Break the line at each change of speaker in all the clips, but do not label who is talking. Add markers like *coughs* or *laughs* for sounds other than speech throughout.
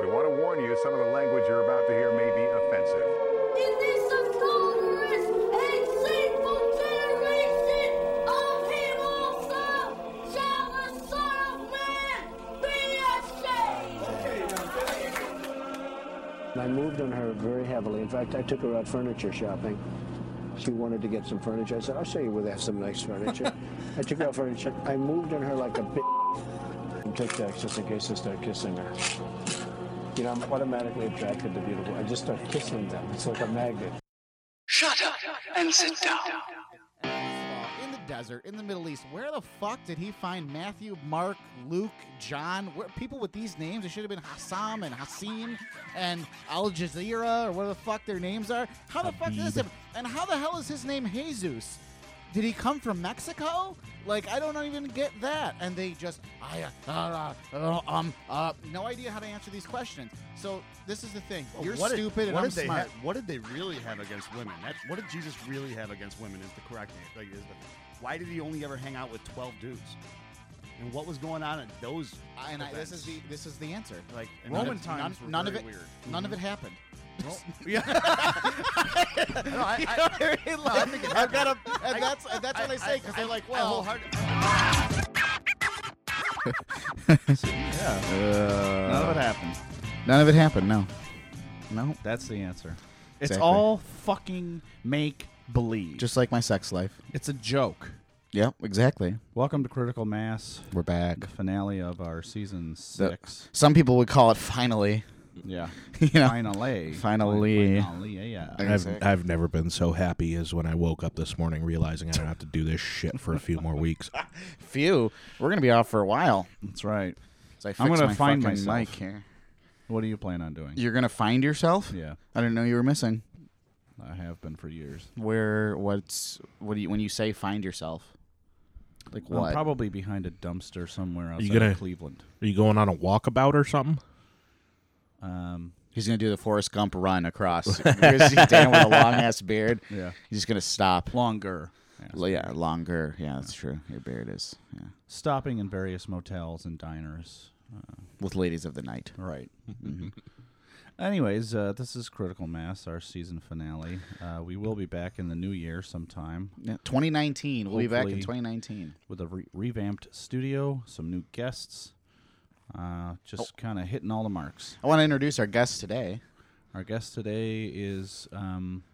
We want to warn you, some of the language you're about to hear may be offensive.
It is a glorious and sinful generation of people, so shall the Son of Man be ashamed.
I moved on her very heavily. In fact, I took her out furniture shopping. She wanted to get some furniture. I said, I'll show you where they have some nice *laughs* furniture. I took her out furniture. I moved on her like a bitch and took that just in case I start kissing her. You know, I'm automatically attracted to beautiful. I just start kissing them. It's like a magnet.
Shut up and sit down.
in the desert, in the Middle East. Where the fuck did he find Matthew, Mark, Luke, John? Where, people with these names, it should have been Hassam and Hassim and Al Jazeera or whatever the fuck their names are. How the fuck is him? And how the hell is his name Jesus? Did he come from Mexico? Like I don't even get that. And they just I uh, uh, uh, um uh no idea how to answer these questions. So this is the thing. You're
What did-
stupid and
what
I'm
did they
smart.
ha- what did they really have against women? That's, what did Jesus really have against women? Is the correct answer. Like, is the, why did he only ever hang out with twelve dudes? And what was going on at those?
and I, this
events?
is the this is the answer.
like and
Roman
none-
times
None,
were none
very
of
*laughs*
it.
weird.
None of it happened.
yeah. *laughs* no, I, I,
*laughs* I have got
*laughs*
a, and that's and that's what I say because they're like,
I
well,
*laughs* wholehearted-
None
Uh,
of it happened.
none of it happened. No,
No, that's the answer.
It's
Exactly.
all fucking make believe.
just like my sex life.
It's a joke.
Yep, exactly.
Welcome to Critical Mass,
We're back.
the finale of our season
The-
six.
some people would call it finally. *laughs*
yeah.
You know, *laughs*
Finally.
Finally.
Finally, yeah.
I've, I've never been so happy as when I woke up this morning realizing I don't have to do this shit for a few more weeks.
few. We're gonna be off for a while.
That's right.
'cause I
I'm
fixed
gonna
my
find
fucking
myself.
mic here.
What do you plan on doing?
You're gonna find yourself.
Yeah,
I didn't know you were missing.
I have been for years.
Where? What's? What do you when you say find yourself? Like
I'm
what?
probably behind a dumpster somewhere outside
gonna-
of Cleveland.
Are you going on a walkabout or something?
Um,
He's gonna do the Forrest Gump run across. Where's he Dan with a long ass beard?
Yeah.
He's just gonna stop.
longer. Yeah.
L- yeah, longer. Yeah, that's true. Your beard is. Yeah.
Stopping in various motels and diners.
With ladies of the night.
Right. Mm-hmm. *laughs* Anyways, uh, this is Critical Mass, our season finale. Uh, we will be back in the new year sometime
Yeah, 2019. We'll be back in
Hopefully.
2019.
with a re- revamped studio, some new guests, uh, just kind of hitting all the marks.
I want to introduce our guest today.
Our guest today is, um,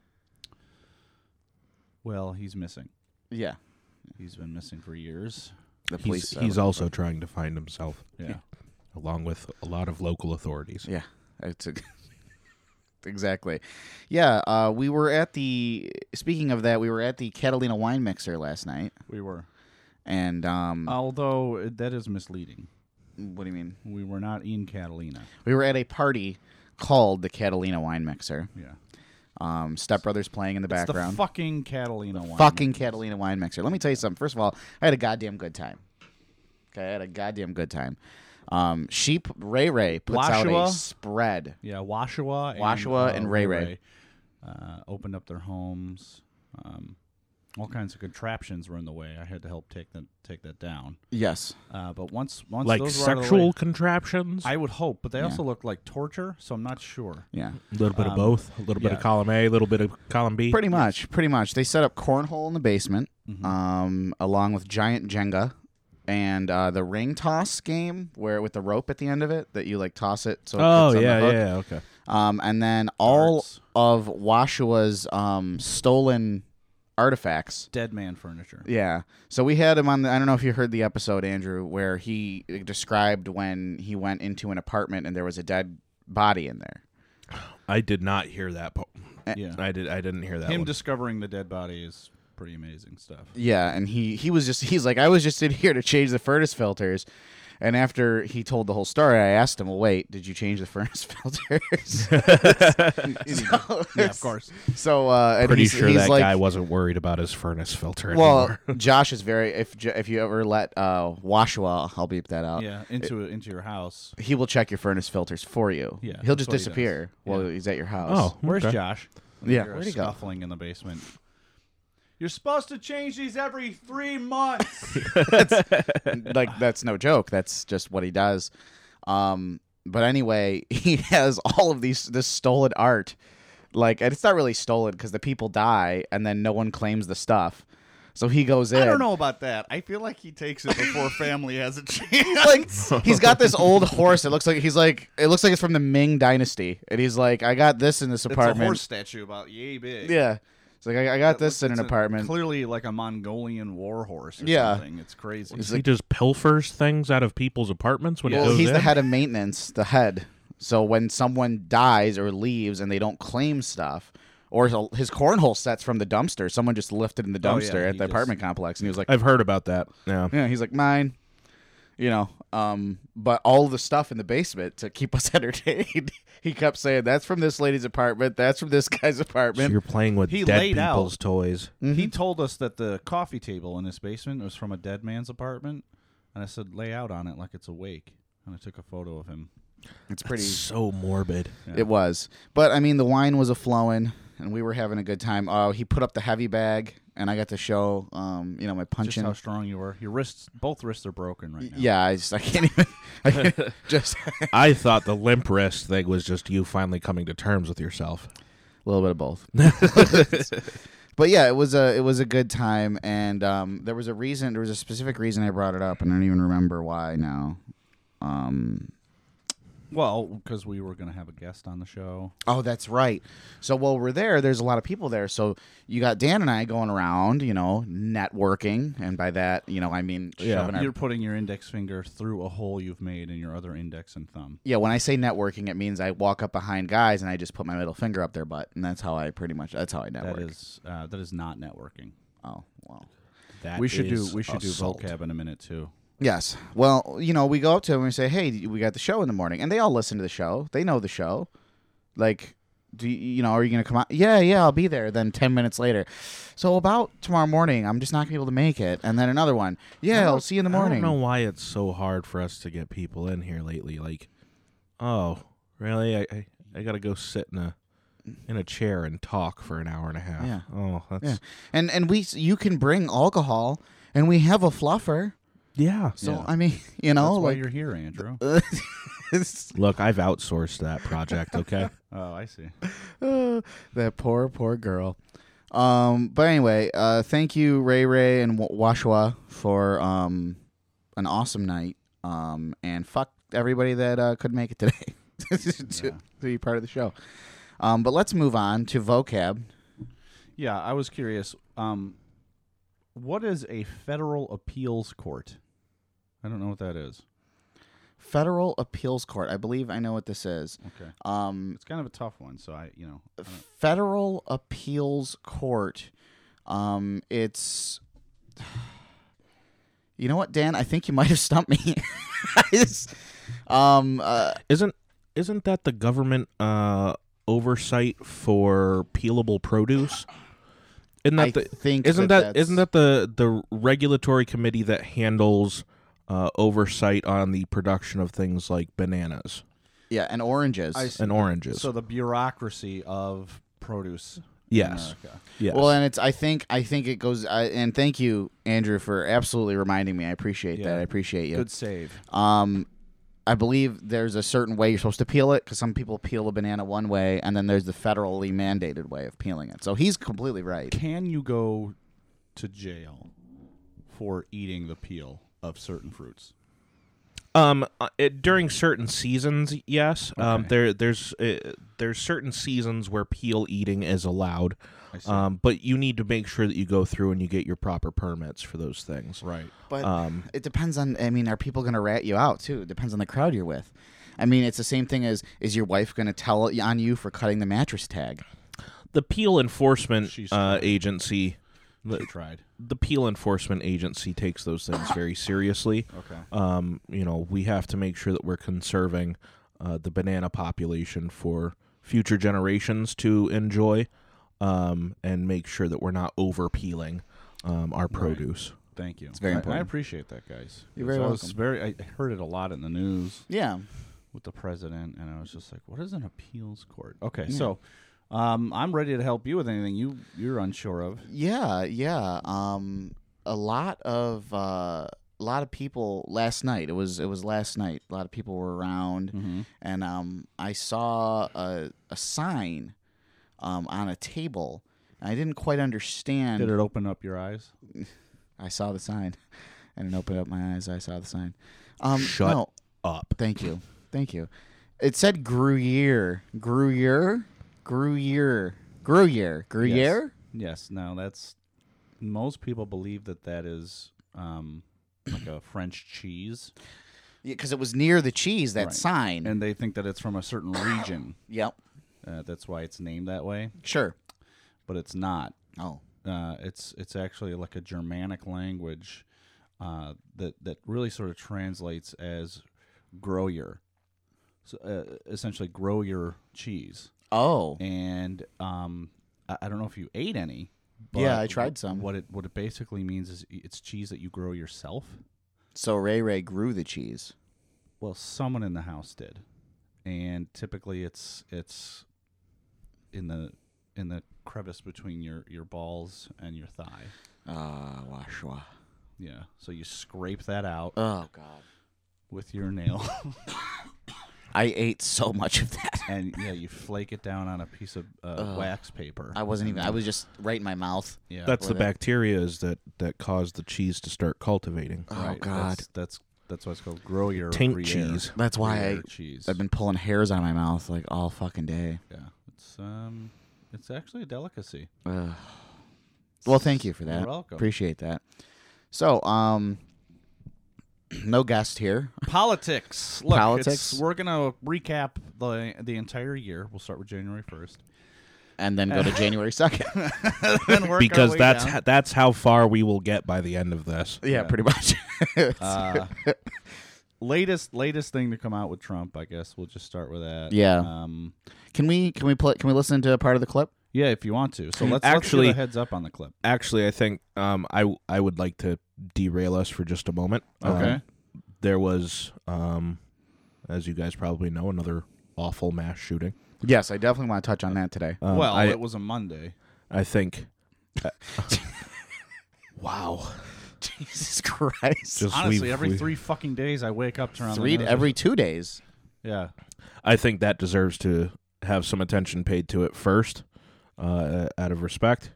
well, he's missing.
Yeah.
He's been missing for years.
The
He's,
police.
he's also trying to find himself,
Yeah.
along with a lot of local authorities.
Yeah, it's a, *laughs* exactly. Yeah, uh, we were at the. Speaking of that, we were at the Catalina Wine Mixer last night,
We were.
and um,
Although uh, that is misleading.
what do you mean?
We were not in Catalina.
We were at a party called the Catalina Wine Mixer.
Yeah.
Um, Step Brothers playing in the
It's
background.
the fucking Catalina one.
fucking Catalina Wine Mixer. Let me tell you something. First of all, I had a goddamn good time. Okay, I had a goddamn good time. Um, Sheep Ray Ray puts out
Washua?
a spread.
Yeah, Washawa, and,
Washawa
uh,
and Ray Ray.
uh, opened up their homes. Um, all kinds of contraptions were in the way. I had to help take that take that down.
Yes.
Uh, but once once
Like
those were out of the way-
sexual contraptions,
I would hope, but they also look like torture, so I'm not sure.
Yeah.
a little bit of both, a little bit
yeah.
of column A, a little bit of column B.
Pretty much, pretty much. They set up cornhole in the basement,
Mm-hmm.
um, along with giant Jenga and uh, the ring toss game, where with the rope at the end of it that you like toss it. So it
oh
fits on the
yeah,
hook.
yeah, okay.
Um, and then all
Darts.
of Washua's um, stolen artifacts.
Dead man furniture.
Yeah. So we had him on the I don't know if you heard the episode Andrew where he described when he went into an apartment and there was a dead body in there.
I did not hear that. Po-
Yeah.
I did. I didn't hear that.
Him
one.
discovering the dead body is pretty amazing stuff.
Yeah, and he he was just he's like I was just in *laughs* here to change the furnace filters. And after he told the whole story, I asked him, "Well, wait, did you change the *laughs* furnace
*laughs*
filters?" *laughs* So-
Yeah, of course.
So, uh, and
Pretty
he's,
sure
he's
that
like,
guy wasn't worried about his furnace filter
Well,
anymore. *laughs*
Josh is very. If J- if you ever let uh, Washua, I'll beep that out.
Yeah, into into your house.
he will check your furnace filters for you.
Yeah,
he'll just
that's what he does.
disappear while he's at your house.
Oh,
Where's
okay.
Josh?
yeah,
You're
where'd he go?
scuffling in the basement. You're supposed to change these every three months.
*laughs* like that's no joke. That's just what he does. Um, but anyway, *laughs* he has all of these this stolen art, like and it's not really stolen because the people die and then no one claims the stuff. So he goes in.
I don't know about that. I feel like he takes it
*laughs*
before family has a chance.
He's like, he's got this old horse. It looks like he's like, it looks like it's from the Ming Dynasty, and he's like, I got this in this
it's
*laughs* apartment.
a horse statue about yay big.
Yeah, it's like I, I got this in
It's
an
a-
apartment.
Clearly, like a Mongolian war *laughs* horse. Or
Yeah.
something. it's crazy.
He's
It's
like-
he just pilfers things out of people's apartments when he
well,
goes
he's
in.
the head of maintenance, the head. So when someone dies or leaves and they don't claim stuff, or his his cornhole sets from the dumpster, someone just lifted in the
Oh, yeah,
dumpster at
he
the
just-
apartment complex, and he was like,
I've heard about that. Yeah.
yeah, he's like mine. You know, um, but all the stuff in the basement to keep *laughs* us entertained. he kept saying, "That's from this lady's apartment. That's from this guy's
So
apartment."
you're playing with
He
dead
laid out-
people's toys.
He told us that the coffee table in his basement was from a dead man's apartment, and I said lay out on it like it's awake, and I took a photo of him.
It's pretty.
So morbid.
It was, but I mean, the wine was a flowing, and we were having a good time. Oh, he put up the heavy bag, and I got to show, um, you know, my
Just
punching.
how strong you were. Your wrists, both wrists are broken right now.
yeah, I just I can't even. I
*laughs*
can't- *laughs* just a
I thought the limp wrist thing was just you finally coming to terms with yourself.
little bit of both. *laughs* but yeah, it was a it was a good time, and um, there was a reason. There was a specific reason I brought it up, and I don't even remember why now. Um,
Well, because we were going to have a guest on the show.
Oh, that's right. So while we're there, there's a lot of people there. So you got Dan and I going around, you know, networking, and by that, you know, I mean shoving
Yeah.
our
You're putting your index finger through a hole you've made in your other index and thumb.
yeah, when I say networking, it means I walk up behind guys and I just put my middle finger up their butt, and that's how I pretty much that's how I network.
That is uh, that is not networking.
oh well.
That
we should do
is
we should
assault.
do vocab in a minute too.
Yes. Well, you know, we go up to them and we say, "Hey, we got the show in the morning," and they all listen to the show. They know the show. Like, do you, you know? Are you gonna come out? Yeah, yeah, I'll be there. Then ten minutes later, so about tomorrow morning, I'm just not gonna be able to make it. And then another one. Yeah, I'll see you in the morning.
I don't know why it's so hard for us to get people in here lately. Like, oh, really? I I, I got to go sit in a in a chair and talk for an hour and a half.
Yeah.
Oh,
Yeah.
that's
And and we you can bring alcohol, and we have a fluffer.
yeah.
So
Yeah.
I mean, *laughs* you know,
That's why
like
you're here, Andrew.
it's-
Look, I've outsourced that project.
*laughs*
Okay.
oh, I see.
Uh, *laughs* that poor, poor girl. Um, but anyway, uh, thank you, Ray Ray and W- Washwa, for um, an awesome night. Um, and fuck everybody that uh, could make it today *laughs* to, to be part of the show. Um, but let's move on to vocab.
Yeah, I was curious. Um, what is a federal appeals court? I don't know what that is.
Federal Appeals Court. I believe I know what this is.
Okay,
Um,
it's kind of a tough one. So I, you know, I don't-
Federal Appeals Court. Um, it's. You know what, Dan? I think you might have stumped me. *laughs* I just- um, uh,
Isn't isn't that the government uh, oversight for peelable produce? Isn't that
I
the,
think
isn't
that
that isn't
that's-
that the the regulatory committee that handles uh, oversight on the production of things like bananas
yeah, and oranges.
I see.
and oranges?
so the bureaucracy of produce. in
yes,
America.
yes.
Well, and it's. I think. I think it goes. I, and thank you, Andrew, for absolutely reminding me. I appreciate
Yeah.
that. I appreciate you.
Good save.
Um, I believe there's a certain way you're supposed to peel it because some people peel a banana one way, and then there's the federally mandated way of peeling it. So he's completely right.
Can you go to jail for eating the peel of certain fruits?
Um, uh, it, during certain seasons, yes. Um, there there's uh, there's certain seasons where peel eating is allowed. Um, but you need to make sure that you go through and you get your proper permits for those things. Um,
Right.
But it depends on. I mean, are people going to rat you out too? It depends on the crowd you're with. I mean, it's the same thing as is your wife going to tell on you for cutting the mattress tag?
The peel enforcement
She's
uh,
tried.
agency,
You
the,
tried.
the peel enforcement agency takes those things very seriously.
Okay.
Um, you know, we have to make sure that we're conserving uh, the banana population for future generations to enjoy, um, and make sure that we're not over peeling um, our produce.
Thank you. It's
very
I, I
important.
appreciate that, guys.
You're very
I was
welcome.
very. I heard it a lot in the news.
Yeah.
with the president, and I was just like, "What is an appeals court?" Okay, so um, I'm ready to help you with anything you you're unsure of.
Yeah, yeah. Um, a lot of uh, a lot of people last night. It was it was last night. A lot of people were around, and um, I saw a a sign um, on a table. I didn't quite understand.
Did it open up your eyes?
I saw the sign. *laughs* I didn't open up my eyes. I saw the sign. Um,
Shut
no,
up.
Thank you. Thank you. It said Gruyere. Gruyere? Gruyere. Gruyere. Gruyere?
Yes. Now that's most people believe that that is um, like a French cheese,
Because it was near the cheese, that
Right.
sign.
and they think that it's from a certain region.
yep.
Uh, that's why it's named that way,
Sure.
but it's not.
Oh.
Uh, it's it's actually like a Germanic language uh, that that really sort of translates as grower, so, uh, essentially grow your cheese.
Oh.
and um, I, I don't know if you ate any. But
Yeah, I tried some.
What it what it basically means is it's cheese that you grow yourself.
So Ray Ray grew the cheese.
Well, someone in the house did, and typically it's it's in the in the crevice between your your balls and your thigh.
Ah, Washwa.
Yeah, so you scrape that out
Oh, God.
with your nail, *laughs*
I ate so much of that.
and yeah, you flake it down on a piece of uh, wax paper.
I wasn't even, I was just right in my mouth.
yeah,
That's the
With it.
bacteria is that that cause the cheese to start cultivating.
Oh,
right.
God.
That's, that's that's why it's called grow your
Tank
Gruyere.
cheese.
That's why
Gruyere
I-
cheese.
I've been pulling hairs out of my mouth like all fucking day.
Yeah, it's um, it's actually a delicacy.
Ugh. Well, thank you for that.
You're welcome.
Appreciate that. So, um, *clears throat* no guest here.
Politics. Look,
Politics.
It's, we're gonna recap the the entire year. We'll start with January first,
and then *laughs* go to January 2nd.
Because that's ho- that's how far we will get by the end of this.
yeah, pretty much.
uh, latest latest thing to come out with Trump. I guess we'll just start with that.
*laughs* Yeah.
Um.
can we can we play can we listen to a part of the clip?
Yeah, if you want to. So
Hmm.
let's
Actually-
actually let's give a heads up on the clip.
Actually, I think um, I w- I would like to derail us for just a moment. Um,
Okay.
there was, um, as you guys probably know, another awful mass shooting.
Yes, I definitely want to touch on that today.
Um,
well,
I,
it was a Monday.
I think. wow.
*laughs* Jesus Christ.
Just
Honestly,
we-
every
we-
three fucking days, I wake up turn on
Three
the news.
every 2 days.
yeah.
I think that deserves to have some attention paid to it first, uh, out of respect,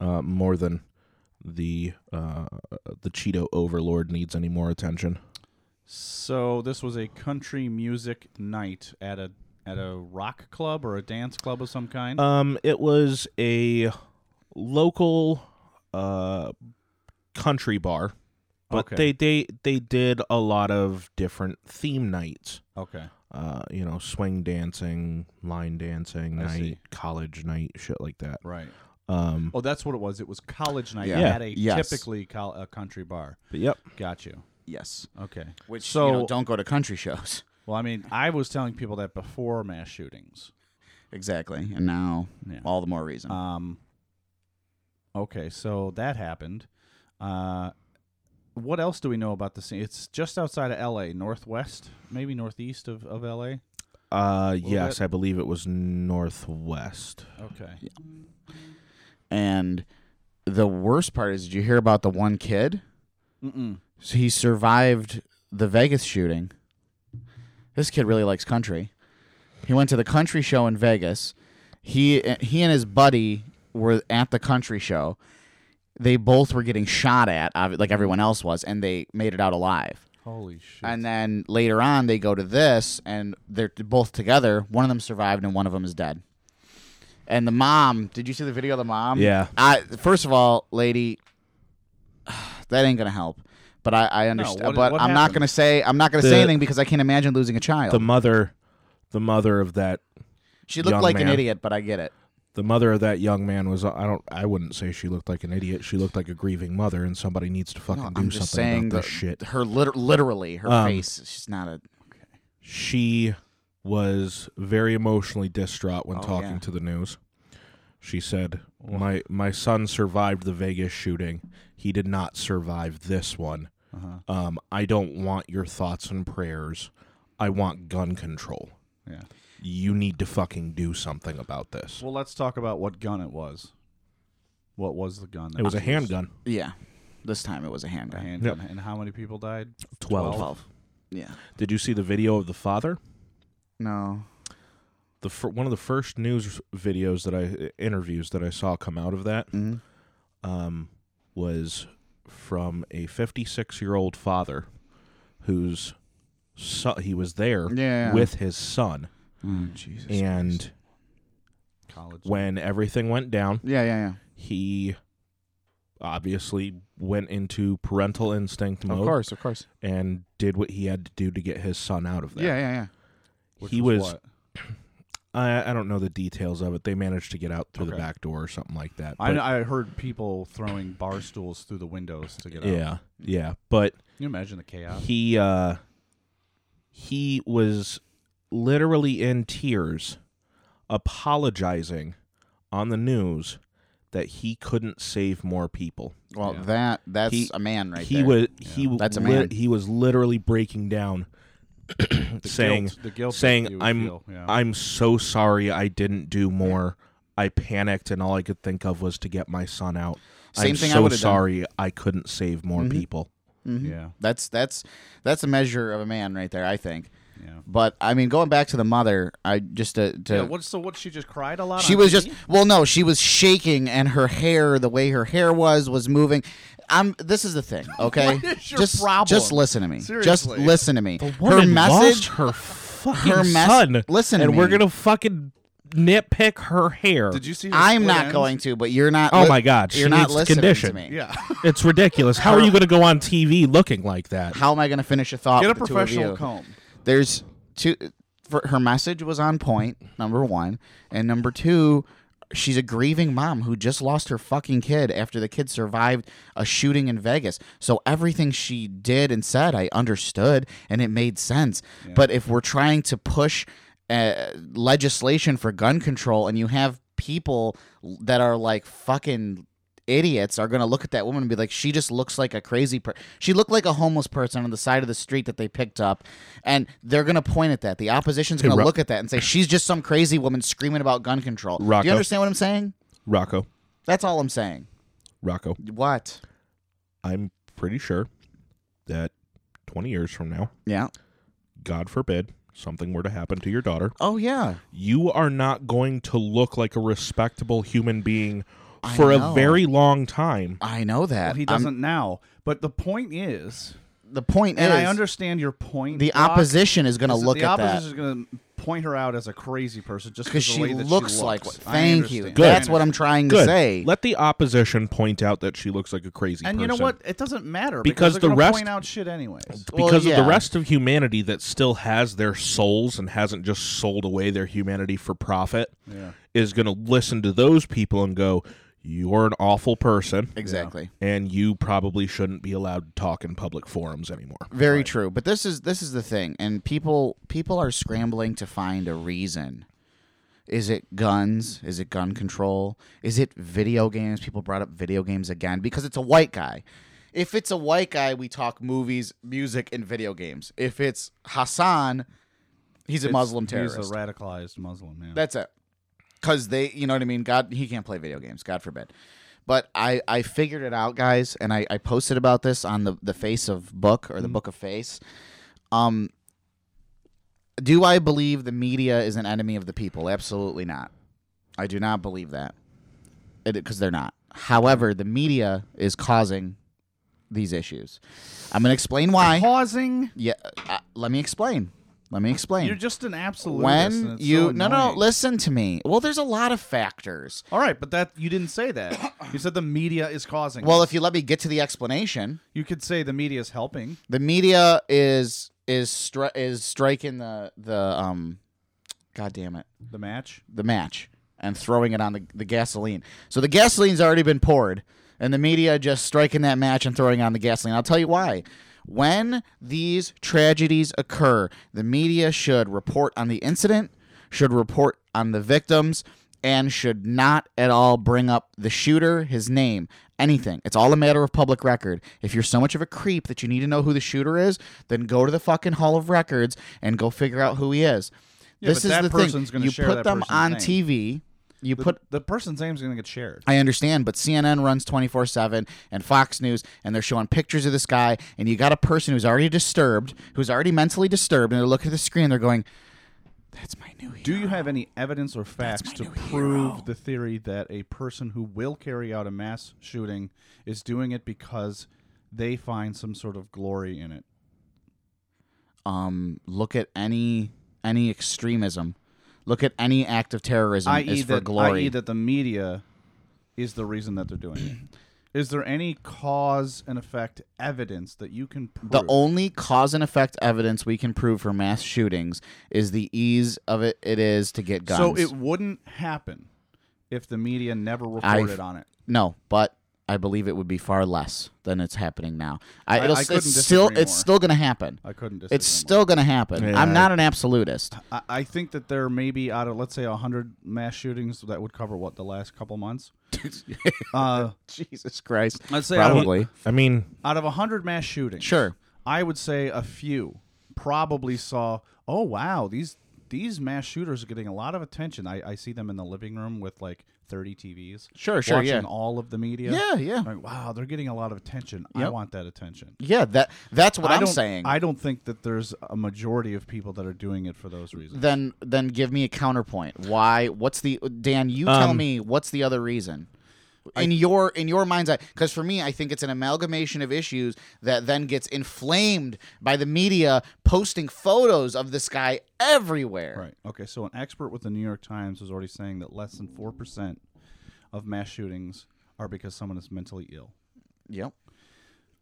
uh, more than the uh, the Cheeto overlord needs any more attention.
So this was a country music night at a at a rock club or a dance club of some kind.
Um, it was a local uh, country bar, but
Okay.
they, they they did a lot of different theme nights.
okay.
Uh, you know, swing dancing, line dancing
I
night,
see.
college night, shit like that.
Right.
Um,
Oh, that's what it was. It was college night
Yeah.
at a
Yes.
typically col- a country bar.
but yep.
Got you.
Yes.
Okay.
Which so,
so
don't go to country shows. *laughs*
well, I mean, I was telling people that before mass shootings.
Exactly. And now
Yeah.
all the more reason.
Um. Okay, so that happened. Uh, what else do we know about the scene? It's just outside of L.A., northwest, maybe northeast of of L.A.
Uh,
little
yes,
bit?
I believe it was northwest.
Okay.
and the worst part is did you hear about the one kid?
Mm-mm.
So he survived the Vegas shooting. This kid really likes country. He went to the country show in Vegas. He he and his buddy were at the country show. They both were getting shot at, obvi- like everyone else was, and they made it out alive.
Holy shit.
And then later on, they go to this, and they're t- both together. One of them survived, and one of them is dead. And the mom, did you see the video of the mom?
Yeah.
I first of all, lady, *sighs* that ain't gonna help. But I, I understand.
what-
but
what
I'm not
happened?
gonna say I'm not gonna
The-
say anything because I can't imagine losing a child.
The mother, the mother of that,
she looked
young
like an
man.
idiot, but I get it.
the mother of that young man was. I don't. I wouldn't say she looked like an idiot. She looked like a grieving mother, and somebody needs to fucking
No,
do
I'm
something
just saying
about
the,
this shit.
Her liter- literally her
Um,
face. She's not a.
She was very emotionally distraught when
Oh,
talking
yeah.
to the news. She said, "My my son survived the Vegas shooting. He did not survive this one.
Uh-huh.
Um, I don't want your thoughts and prayers. I want gun control."
yeah.
you need to fucking do something about this.
Well, let's talk about what gun it was. What was the gun? that
It was a
used?
handgun.
Yeah. This time it was a handgun.
And,
Yep.
and how many people died?
12.
Yeah.
Did you see the video of the father?
No.
The fir- one of the first news videos that I interviews that I saw come out of that
Mhm.
um, was from a 56 year old father whose so- he was there
Yeah.
with his son,
Mm, Jesus.
and
College.
when everything went down,
Yeah, yeah, yeah.
he obviously went into parental instinct mode
Of course, of course.
and did what he had to do to get his son out of there.
Yeah, yeah, yeah.
Which
he was,
what?
I, I don't know the details of it. They managed to get out through the
Okay.
back door or something like that.
I,
but-
know- I heard people throwing bar stools through the windows to get out.
yeah, yeah. But
Can you imagine the chaos?
he uh he was literally in tears apologizing on the news that he couldn't save more people.
Well,
Yeah.
that that's
He-
a
Mm,
man right
he
there.
was he w-
That's a
li-
man.
he was literally breaking down
The
*coughs* saying
guilt- the guilt that you
saying
would
I'm
feel, yeah.
I'm so sorry I didn't do more. I panicked and all I could think of was to get my son out.
Same
I'm
thing I
so
would've done. Mm-hmm.
sorry I couldn't save more people.
yeah,
That's that's that's a measure of a man right there, I think.
yeah.
But I mean, going back to the mother, I just to, to
yeah what, so what? She just cried a lot.
she
on
was just
TV?
well, no, she was shaking, and her hair, the way her hair was, was moving. I'm. This is the thing, okay?
is your
just
problem?
Just listen to me. Just
Seriously.
listen to me. Her
Woman lost
message.
her fucking
her mes-
son.
listen to
and we're
me.
gonna fucking nitpick her hair.
Did you see? her
I'm
split
not
ends?
going to, but you're not.
Oh
li-
my God, she
you're not
needs to
listening
condition.
to me. *laughs*
Yeah,
It's ridiculous. How are you gonna go on TV looking like that?
How am I going to finish a thought?
get a
with the two of
professional
you?
comb.
there's two for her message was on point number one and number two she's a grieving mom who just lost her fucking kid after the kid survived a shooting in vegas so everything she did and said i understood and it made sense but if we're trying to push uh, legislation for gun control and you have people that are like fucking idiots are going to look at that woman and be like, she just looks like a crazy person. She looked like a homeless person on the side of the street that they picked up. And they're going to point at that. The opposition's going to
Ro-
look at that and say, she's just some crazy woman screaming about gun control. Do
Rocco.
you understand what I'm saying?
Rocco,
That's all I'm saying.
Rocco,
What?
I'm pretty sure that 20 years from now,
Yeah.
God forbid, something were to happen to your daughter,
Oh, yeah.
you are not going to look like a respectable human being
I
for a
know.
very long time.
I know that.
Well, he
Uh, I'm-
doesn't now. But the point is,
the point
and
is,
I understand your point.
the
Brock,
opposition is going to
is that
look
the
at
opposition
that.
is going to point her out as a crazy person just because
Because she
the way that
looks
she
like.
looks. I
Thank you.
understand.
Good.
That's what I'm trying to
Good.
say.
Let the opposition point out that she looks like a crazy
And
person.
you know what? It doesn't matter because,
Because the
they're gonna
rest-
point out shit anyways.
Well,
because of
yeah.
the rest of humanity that still has their souls and hasn't just sold away their humanity for profit
Yeah.
is going to listen to those people and go you're an awful person
Exactly.
and you probably shouldn't be allowed to talk in public forums anymore
Very true. But this is this is the thing, and people people are scrambling to find a reason. Is it guns? Is it gun control? Is it video games? People brought up video games again because it's a white guy. If it's a white guy, we talk movies, music, and video games. If it's Hassan, he's a Muslim terrorist.
He's a radicalized Muslim. Yeah.
That's it. Cause they, you know what I mean. God, he can't play video games. God forbid. But I, I figured it out, guys, and I, I posted about this on the the face of book
Mm-hmm.
or the book of face. Um, do I believe the media is an enemy of the people? Absolutely not. I do not believe that, because they're not. However, the media is causing these issues. I'm gonna
*laughs*
explain why.
Pausing.
Yeah, uh, let me explain. Let me explain
You're just an absolute.
when you no no listen to me well there's a lot of factors
Mm-hmm.
All right, but that you didn't say
*coughs*
that. You said the media is causing.
well
it.
if you let me get to the explanation
you could say the media is helping.
the media is is stri- is striking the the um god damn it
The match.
the match and throwing it on the, the gasoline so the gasoline's already been poured and the media just striking that match and throwing on the gasoline i'll tell you why when these tragedies occur the media should report on the incident should report on the victims and should not at all bring up the shooter, his name, anything. It's all a matter of public record. If you're so much of a creep that you need to know who the shooter is, then go to the fucking Hall of Records and go figure out who he is.
Yeah,
this
but
is
that
the
person's
thing.
gonna
You
share
put
that
them
person's
on
name.
TV. You
The-
put
the person's name's going to get shared.
I understand, but CNN runs 24 7 and Fox News, and they're showing pictures of this guy, and you got a person who's already disturbed, who's already mentally disturbed, and they're looking at the screen, they're going, That's my new hero.
Do you have any evidence or facts to
new
prove
hero.
the theory that a person who will carry out a mass shooting is doing it because they find some sort of glory in it?
um, look at any any extremism. Look at any act of terrorism is
E
I.e.
Mm, for
E that,
glory.
i.e. that the media is the reason that they're doing it.
*clears throat*
Is there any cause and effect evidence that you can prove?
the only cause and effect evidence we can prove for mass shootings is the ease of it it is to get guns.
so it wouldn't happen if the media never reported on it.
No, but I believe it would be far less than it's happening now. I,
I-
it'll,
I couldn't
it's still
disagree
it's
more.
still going to happen.
I couldn't disagree
It's
more.
still going to happen.
Yeah,
I'm
I-
not an absolutist.
I, I think that there may be out of let's say hundred mass shootings that would cover what the last couple months. uh,
Jesus Christ.
let's say out of-
Probably.
I mean,
out of hundred mass shootings.
Sure.
I would say a few probably saw. Oh wow, these these mass shooters are getting a lot of attention. I, I see them in the living room with like thirty TVs.
Sure, sure,
watching
yeah.
all of the media.
Yeah, yeah.
Like, wow, they're getting a lot of attention. I want that attention.
Yeah, that that's what
I
I'm
don't-
saying.
I don't think that there's a majority of people that are doing it for those reasons.
then then give me a counterpoint. Why? What's the Dan? You
Um,
tell me. What's the other reason? In your in your mind's eye, because for me, I think it's an amalgamation of issues that then gets inflamed by the media posting photos of this guy everywhere.
Right. Okay. So an expert with the New York Times was already saying that less than four percent of mass shootings are because someone is mentally ill.
Yep.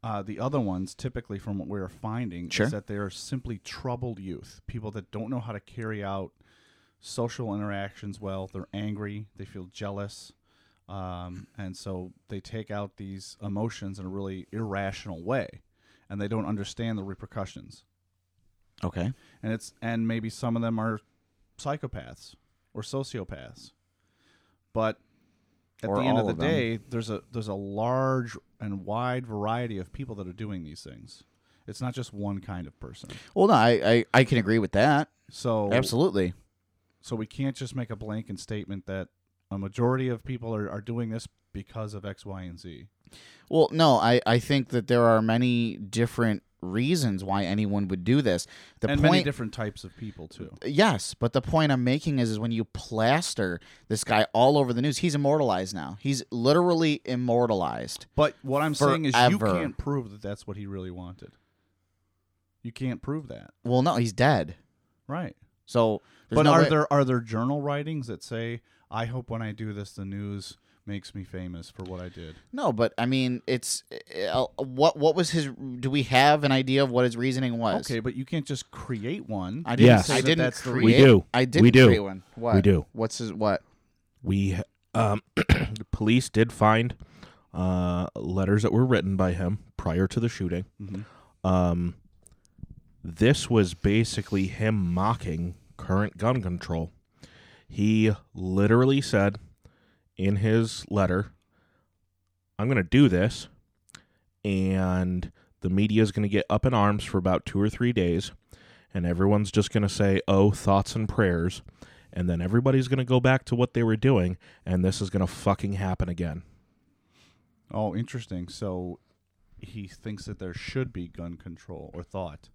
Uh, the other ones, typically from what we are finding,
Sure.
is that they are simply troubled youth, people that don't know how to carry out social interactions well. They're angry. They feel jealous. Um, and so they take out these emotions in a really irrational way, and they don't understand the repercussions.
Okay.
and it's and maybe some of them are psychopaths or sociopaths but at
Or
the end of
all
the
of them.
day there's a there's a large and wide variety of people that are doing these things it's not just one kind of person
Well, no, I I, I can agree with that.
so
Absolutely.
so we can't just make a blanket statement that a majority of people are, are doing this because of x y and z
Well, no, I I think that there are many different reasons why anyone would do this. The
and
point
many different types of people too
Yes, but the point I'm making is, is when you plaster this guy all over the news, he's immortalized now. He's literally immortalized.
but what i'm saying is you
Forever.
can't prove that that's what he really wanted you can't prove that
Well, no, he's dead.
right
So, there's
but
no
no
are
way-
there are there journal writings that say, "I hope when I do this, the news makes me famous for what I did"?
no, but I mean, it's uh, what what was his? Do we have an idea of what his reasoning was?
Okay, but you can't just create one.
I didn't.
Yes.
I
That
didn't.
that's the
create,
We do.
I
We
didn't
do.
create one. What?
do.
What's his? What?
we um, *clears throat* the police did find uh, letters that were written by him prior to the shooting. Um, this was basically him mocking current gun control. He literally said in his letter, "I'm going to do this," and the media is going to get up in arms for about two or three days, and everyone's just going to say, "Oh, thoughts and prayers." and then everybody's going to go back to what they were doing and this is going to fucking happen again
Oh, interesting. So he thinks that there should be gun control or thought,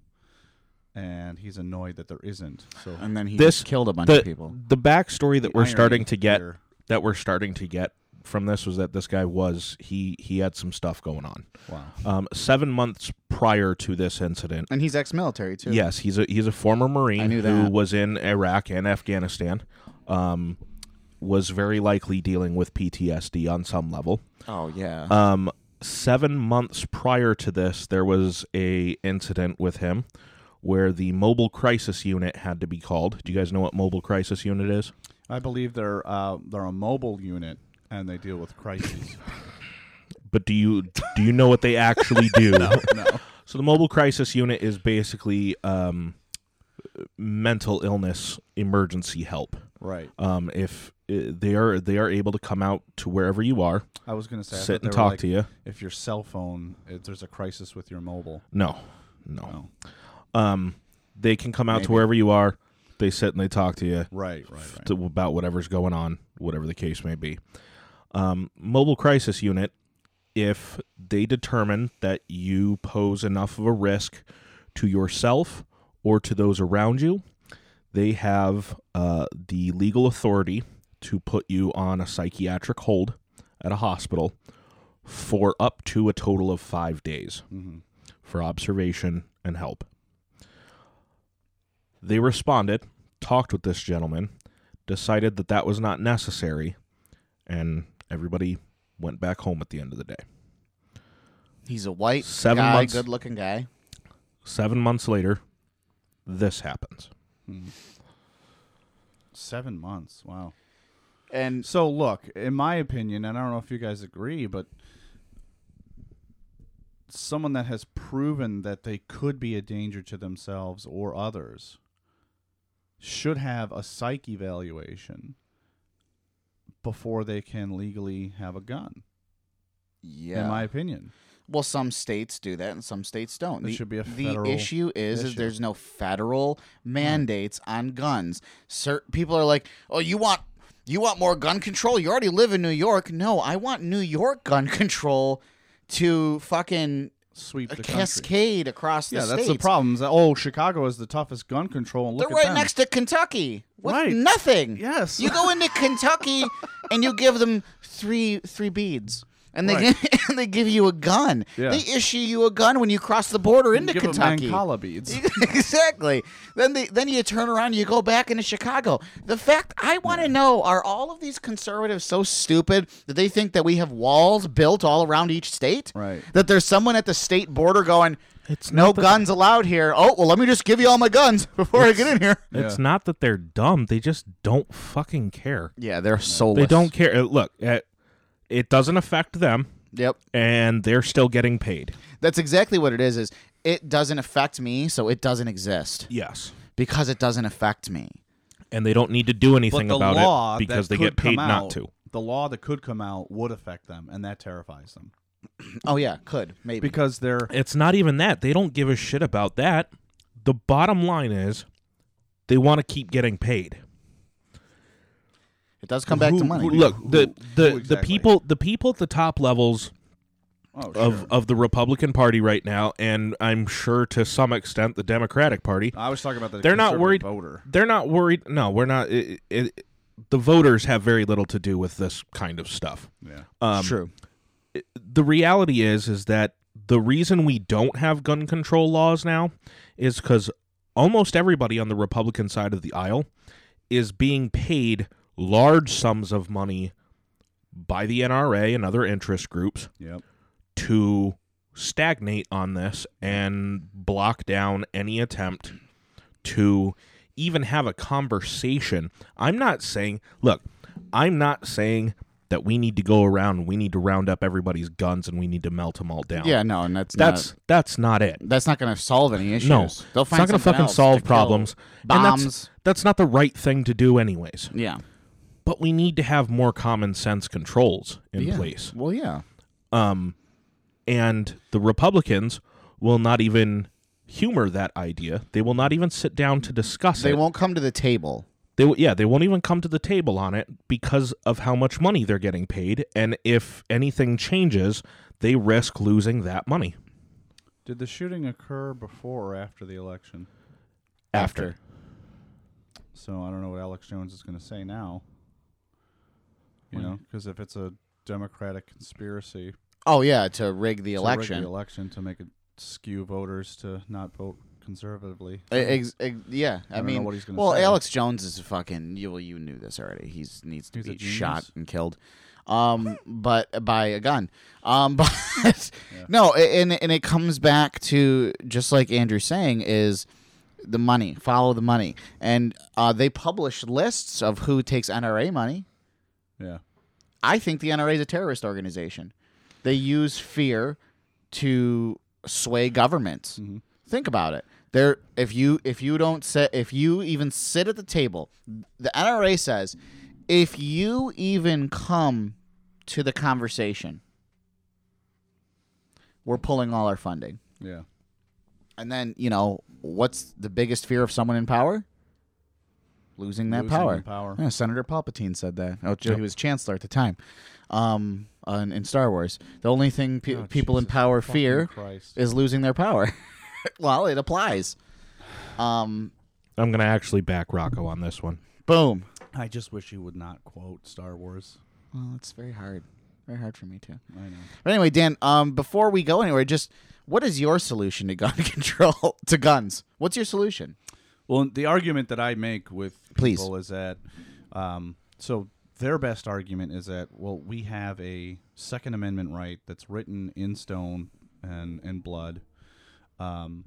and he's annoyed that there isn't. So
And then he
This-
just killed a bunch
the,
of people.
the backstory that we're
irony
starting to get
here.
that we're starting to get from this was that this guy was he he had some stuff going on
wow,
um, seven months prior to this incident
And he's ex-military too.
Yes, he's a he's a former Marine
I knew
who
that.
was in Iraq and Afghanistan. Um, was very likely dealing with PTSD on some level.
Oh yeah.
Uh,
Um, seven months prior to this, there was a incident with him where the mobile crisis unit had to be called. Do you guys know what mobile crisis unit is?
I believe they're uh, they're a mobile unit and they deal with
*laughs*
crises.
But do you do you know what they
*laughs*
actually do? no, So the mobile crisis unit is basically um, mental illness emergency help.
right.
Um, if uh, they are they are able to come out to wherever you are,
I was going to say, I
Sit
thought
and
they were
talk
like,
to you.
If your cell phone, if there's a crisis with your mobile, oh,
No, no. Um, they can come out to wherever you are. They sit and they talk to you
right, right, right.
to, about whatever's going on whatever the case may be. Um, mobile crisis unit, if they determine that you pose enough of a risk to yourself or to those around you, they have uh, the legal authority to put you on a psychiatric hold at a hospital for up to a total of five days
Mm-hmm.
for observation and help. They responded, talked with this gentleman, decided that that was not necessary, and everybody went back home at the end of the day.
He's a white
Seven
guy,
months.
good-looking guy.
Seven months later, this happens.
Seven months. Wow.
And
So look, in my opinion, and I don't know if you guys agree, but someone that has proven that they could be a danger to themselves or others should have a psych evaluation before they can legally have a gun.
yeah,
In my opinion.
well, some states do that and some states don't.
It
the,
should be a
the
federal
issue is is
issue.
there's no federal mandates on guns. Cert- people are like, oh, you want you want more gun control? You already live in New York. No, I want New York gun control to fucking
Sweep the country.
cascade across the
yeah, that's the
states.
problem. is that, Oh, Chicago is the toughest gun control. And
They're
look at
right
them.
next to Kentucky. With
Right.
Nothing.
Yes.
You go
*laughs*
into Kentucky and you give them three three beads. And they
Right.
give, *laughs* and they give you a gun.
Yeah.
They issue you a gun when you cross the border into
Give 'em
Kentucky.
Mancala beads.
*laughs* exactly. Then they, then you turn around, you go back into Chicago. The fact I want to know are all of these conservatives so stupid that they think that we have walls built all around each state?
Right.
That there's someone at the state border going, no guns allowed here. Oh well, let me just give you all my guns *laughs* before I get in here.
It's
Yeah.
not that they're dumb, they just don't fucking care.
Yeah, they're soulless.
They don't care. Uh, Look, uh, it doesn't affect them,
Yep,
and they're still getting paid.
that's exactly what it is. Is it doesn't affect me, so it doesn't exist
Yes.
because it doesn't affect me.
And they don't need to do
but
anything
the
about
law
it because
that
they get
could come
paid
out-
not to.
The law that could come out would affect them, and that terrifies them
Oh yeah, could maybe.
because they're
It's not even that. They don't give a shit about that. The bottom line is they want to keep getting paid.
it does come back to
Who-
money.
who- look, the the, the
exactly?
people the people at the top levels
oh, sure.
of of the Republican Party right now and I'm sure to some extent the Democratic Party,
I was talking about the
they're not
conservative
worried
voter.
They're not worried. No, we're not it, it, the voters have very little to do with this kind of stuff.
Yeah,
Um, True. The reality is, is that the reason we don't have gun control laws now is because almost everybody on the Republican side of the aisle is being paid large sums of money by the NRA and other interest groups
yep.
to stagnate on this and block down any attempt to even have a conversation. I'm not saying, look, I'm not saying that we need to go around and we need to round up everybody's guns and we need to melt them all down.
yeah, no, and that's not-
That's that's not it.
That's not going to solve any issues.
No.
they'll
it's
find
not going to
something
fucking
else
solve
to kill.
problems.
bombs.
And that's that's not the right thing to do anyways.
yeah,
But we need to have more common sense controls in
yeah.
place.
Well, yeah,
Um, and the Republicans will not even humor that idea. They will not even sit down to discuss
they
it.
won't come to the table.
They will, yeah, they won't even come to the table on it because of how much money they're getting paid. And if anything changes, they risk losing that money
Did the shooting occur before or after the election?
after.
So I don't know what Alex Jones is going to say now. You know, because if it's a Democratic conspiracy,
Oh yeah, to rig the
to rig
election.
the election to make it skew voters to not vote conservatively.
Ex- ex- yeah, I,
Mm-hmm. don't know
mean,
what he's gonna
well,
say.
Alex Jones is a fucking. You well, you knew this already. He's needs to
He's a
be shot
genius.
and killed,
*laughs*
um, but by a gun. Um, *laughs* but no, a- and and it comes back to just like Andrew's saying is the money. Follow the money, and uh, they publish lists of who takes NRA money.
Yeah,
I think the NRA is a terrorist organization. They use fear to sway governments. Think about it. There, if you if you don't sit, if you even sit at the table, the NRA says, if you even come to the conversation, we're pulling all our funding.
yeah.
And then you know what's the biggest fear of someone in power? losing that
Losing
power.
the power.
Yeah, Senator Palpatine said that. Oh, Joe, he was chancellor at the time. Um, on, in Star Wars, the only thing pe-
Oh,
people in
Jesus
power
fucking
fear
Christ.
is losing their power. *laughs* well, it applies. Um,
I'm gonna actually back Rocco on this one.
boom.
I just wish you would not quote Star Wars.
Well, it's very hard. Very hard for me too.
I know.
But anyway, Dan, um, before we go anywhere, just what is your solution to gun *laughs* control to guns? What's your solution?
Well, the argument that I make with
Please.
people is that um, so their best argument is that well we have a Second Amendment right that's written in stone and and blood. Um,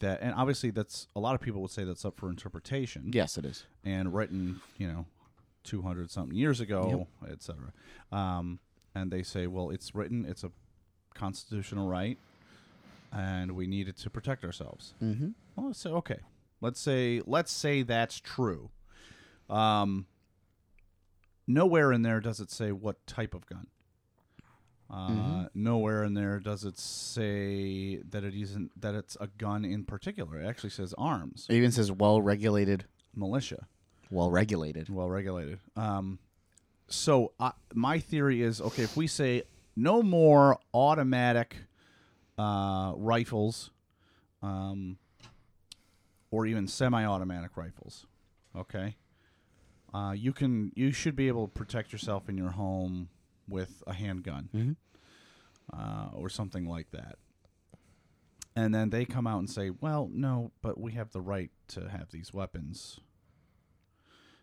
that and obviously that's a lot of people would say that's up for interpretation.
Yes, it is.
and written, you know, 200 something years ago, et cetera. Um, and they say, well, it's written, it's a constitutional right, and we need it to protect ourselves. Mm-hmm. Well, so okay, let's say let's say that's true. Um, nowhere in there does it say what type of gun. Uh, Nowhere in there does it say that it isn't that it's a gun in particular. It actually says arms,
It even says well regulated.
militia
Well regulated.
well regulated. Um, so I my theory is okay if we say no more automatic uh, rifles, um, or even semi-automatic rifles. Okay, uh, you can you should be able to protect yourself in your home with a handgun uh, or something like that. And then they come out and say, "Well, no, but we have the right to have these weapons."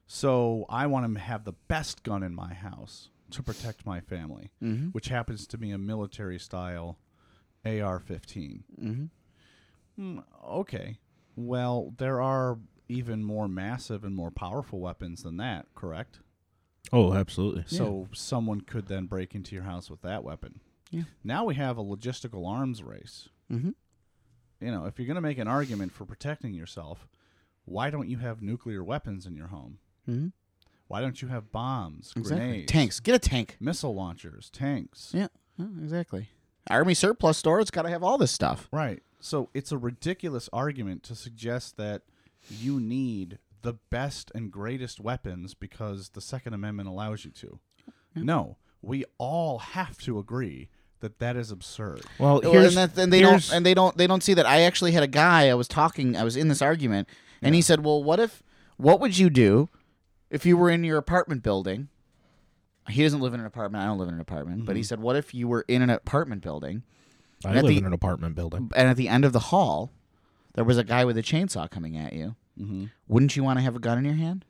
So I want to have the best gun in my house to protect my family, which happens to be a military style AR 15. Mm-hmm. okay. Well, there are even more massive and more powerful weapons than that, correct?
Oh, absolutely.
So someone could then break into your house with that weapon. Yeah. Now we have a logistical arms race. Mm-hmm. You know, if you're going to make an argument for protecting yourself, why don't you have nuclear weapons in your home?
Mhm.
Why don't you have bombs, grenades,
Tanks. Get a tank.
missile launchers, tanks?
Yeah. Oh, exactly. Army surplus store. It's got to have all this stuff.
Right. So it's a ridiculous argument to suggest that you need the best and greatest weapons because the Second Amendment allows you to. No, we all have to agree that that is absurd.
Well,
Well,
here's
and, that, and they
here's,
don't and they don't they don't see that I actually had a guy I was talking I was in this argument and he said, "Well, what if what would you do if you were in your apartment building?" He doesn't live in an apartment. I don't live in an apartment, but
Mm-hmm.
he said, "What if you were in an apartment building
I
and at
live
the-
in an apartment building.
and at the end of the hall there was a guy with a chainsaw coming at you?
Mm-hmm.
Mhm.
Wouldn't you want to have a gun in your hand?"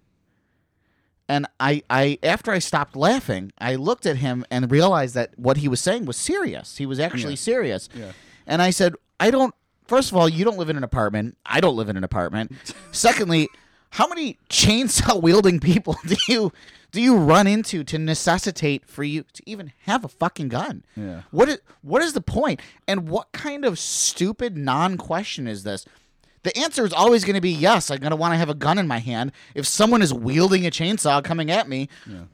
And I, I after I stopped laughing, I looked at him and realized that what he was saying was serious. He was actually serious.
Yeah.
And I said, I don't. First of all, you don't live in an apartment. I don't live in an apartment.
*laughs*
Secondly, how many chainsaw wielding people *laughs* do you do you run into to necessitate for you to even have a fucking gun?
Yeah.
What is what is the point? And what kind of stupid non question is this? The answer is always going to be yes. I'm going to want to have a gun in my hand if someone is wielding a chainsaw coming at me.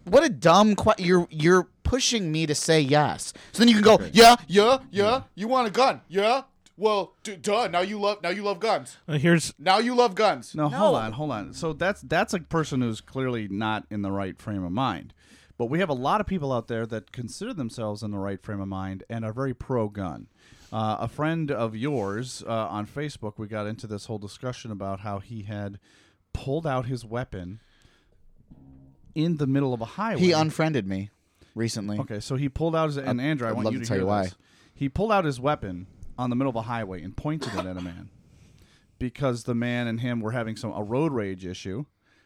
What a dumb question! You're you're pushing me to say yes. So then you can go yeah, yeah, yeah. You want a gun? Yeah. Well, d- duh. Now you love now you love guns.
Uh, Here's
Now you love guns.
No, hold on, hold on. So that's that's a person who's clearly not in the right frame of mind. But we have a lot of people out there that consider themselves in the right frame of mind and are very pro gun. Uh, a friend of yours uh, on Facebook, we got into this whole discussion about how he had pulled out his weapon in the middle of a highway.
He unfriended me recently.
Okay, so he pulled out his and Andrew, I
I'd
want
love
you
to
to,
tell
hear
you why.
this. He pulled out his weapon on the middle of a highway and pointed it at a man because the man and him were having some a road rage issue.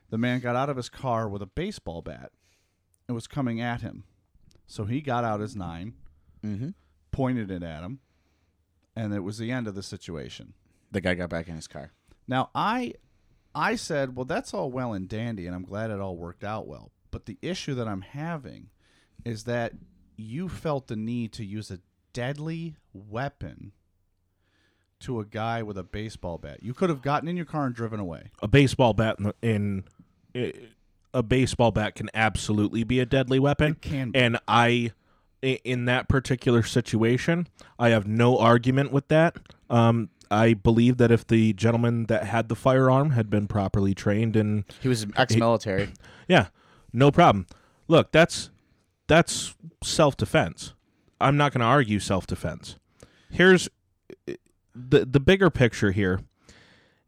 The man got out of his car with a baseball bat and was coming at him. So he got out his 9
Mm-hmm.
pointed it at him, and it was the end of the situation.
The guy got back in his car.
Now I I said, well that's all well and dandy and I'm glad it all worked out well. But the issue that I'm having is that you felt the need to use a deadly weapon to a guy with a baseball bat. You could have gotten in your car and driven away.
a baseball bat in, in i- a baseball bat can absolutely be a deadly weapon.
It can be.
and I i- in that particular situation, I have no argument with that. Um, I believe that if the gentleman that had the firearm had been properly trained and
He was ex-military. *clears throat*
yeah, no problem. Look, that's that's self-defense. I'm not going to argue self-defense. Here's the the bigger picture here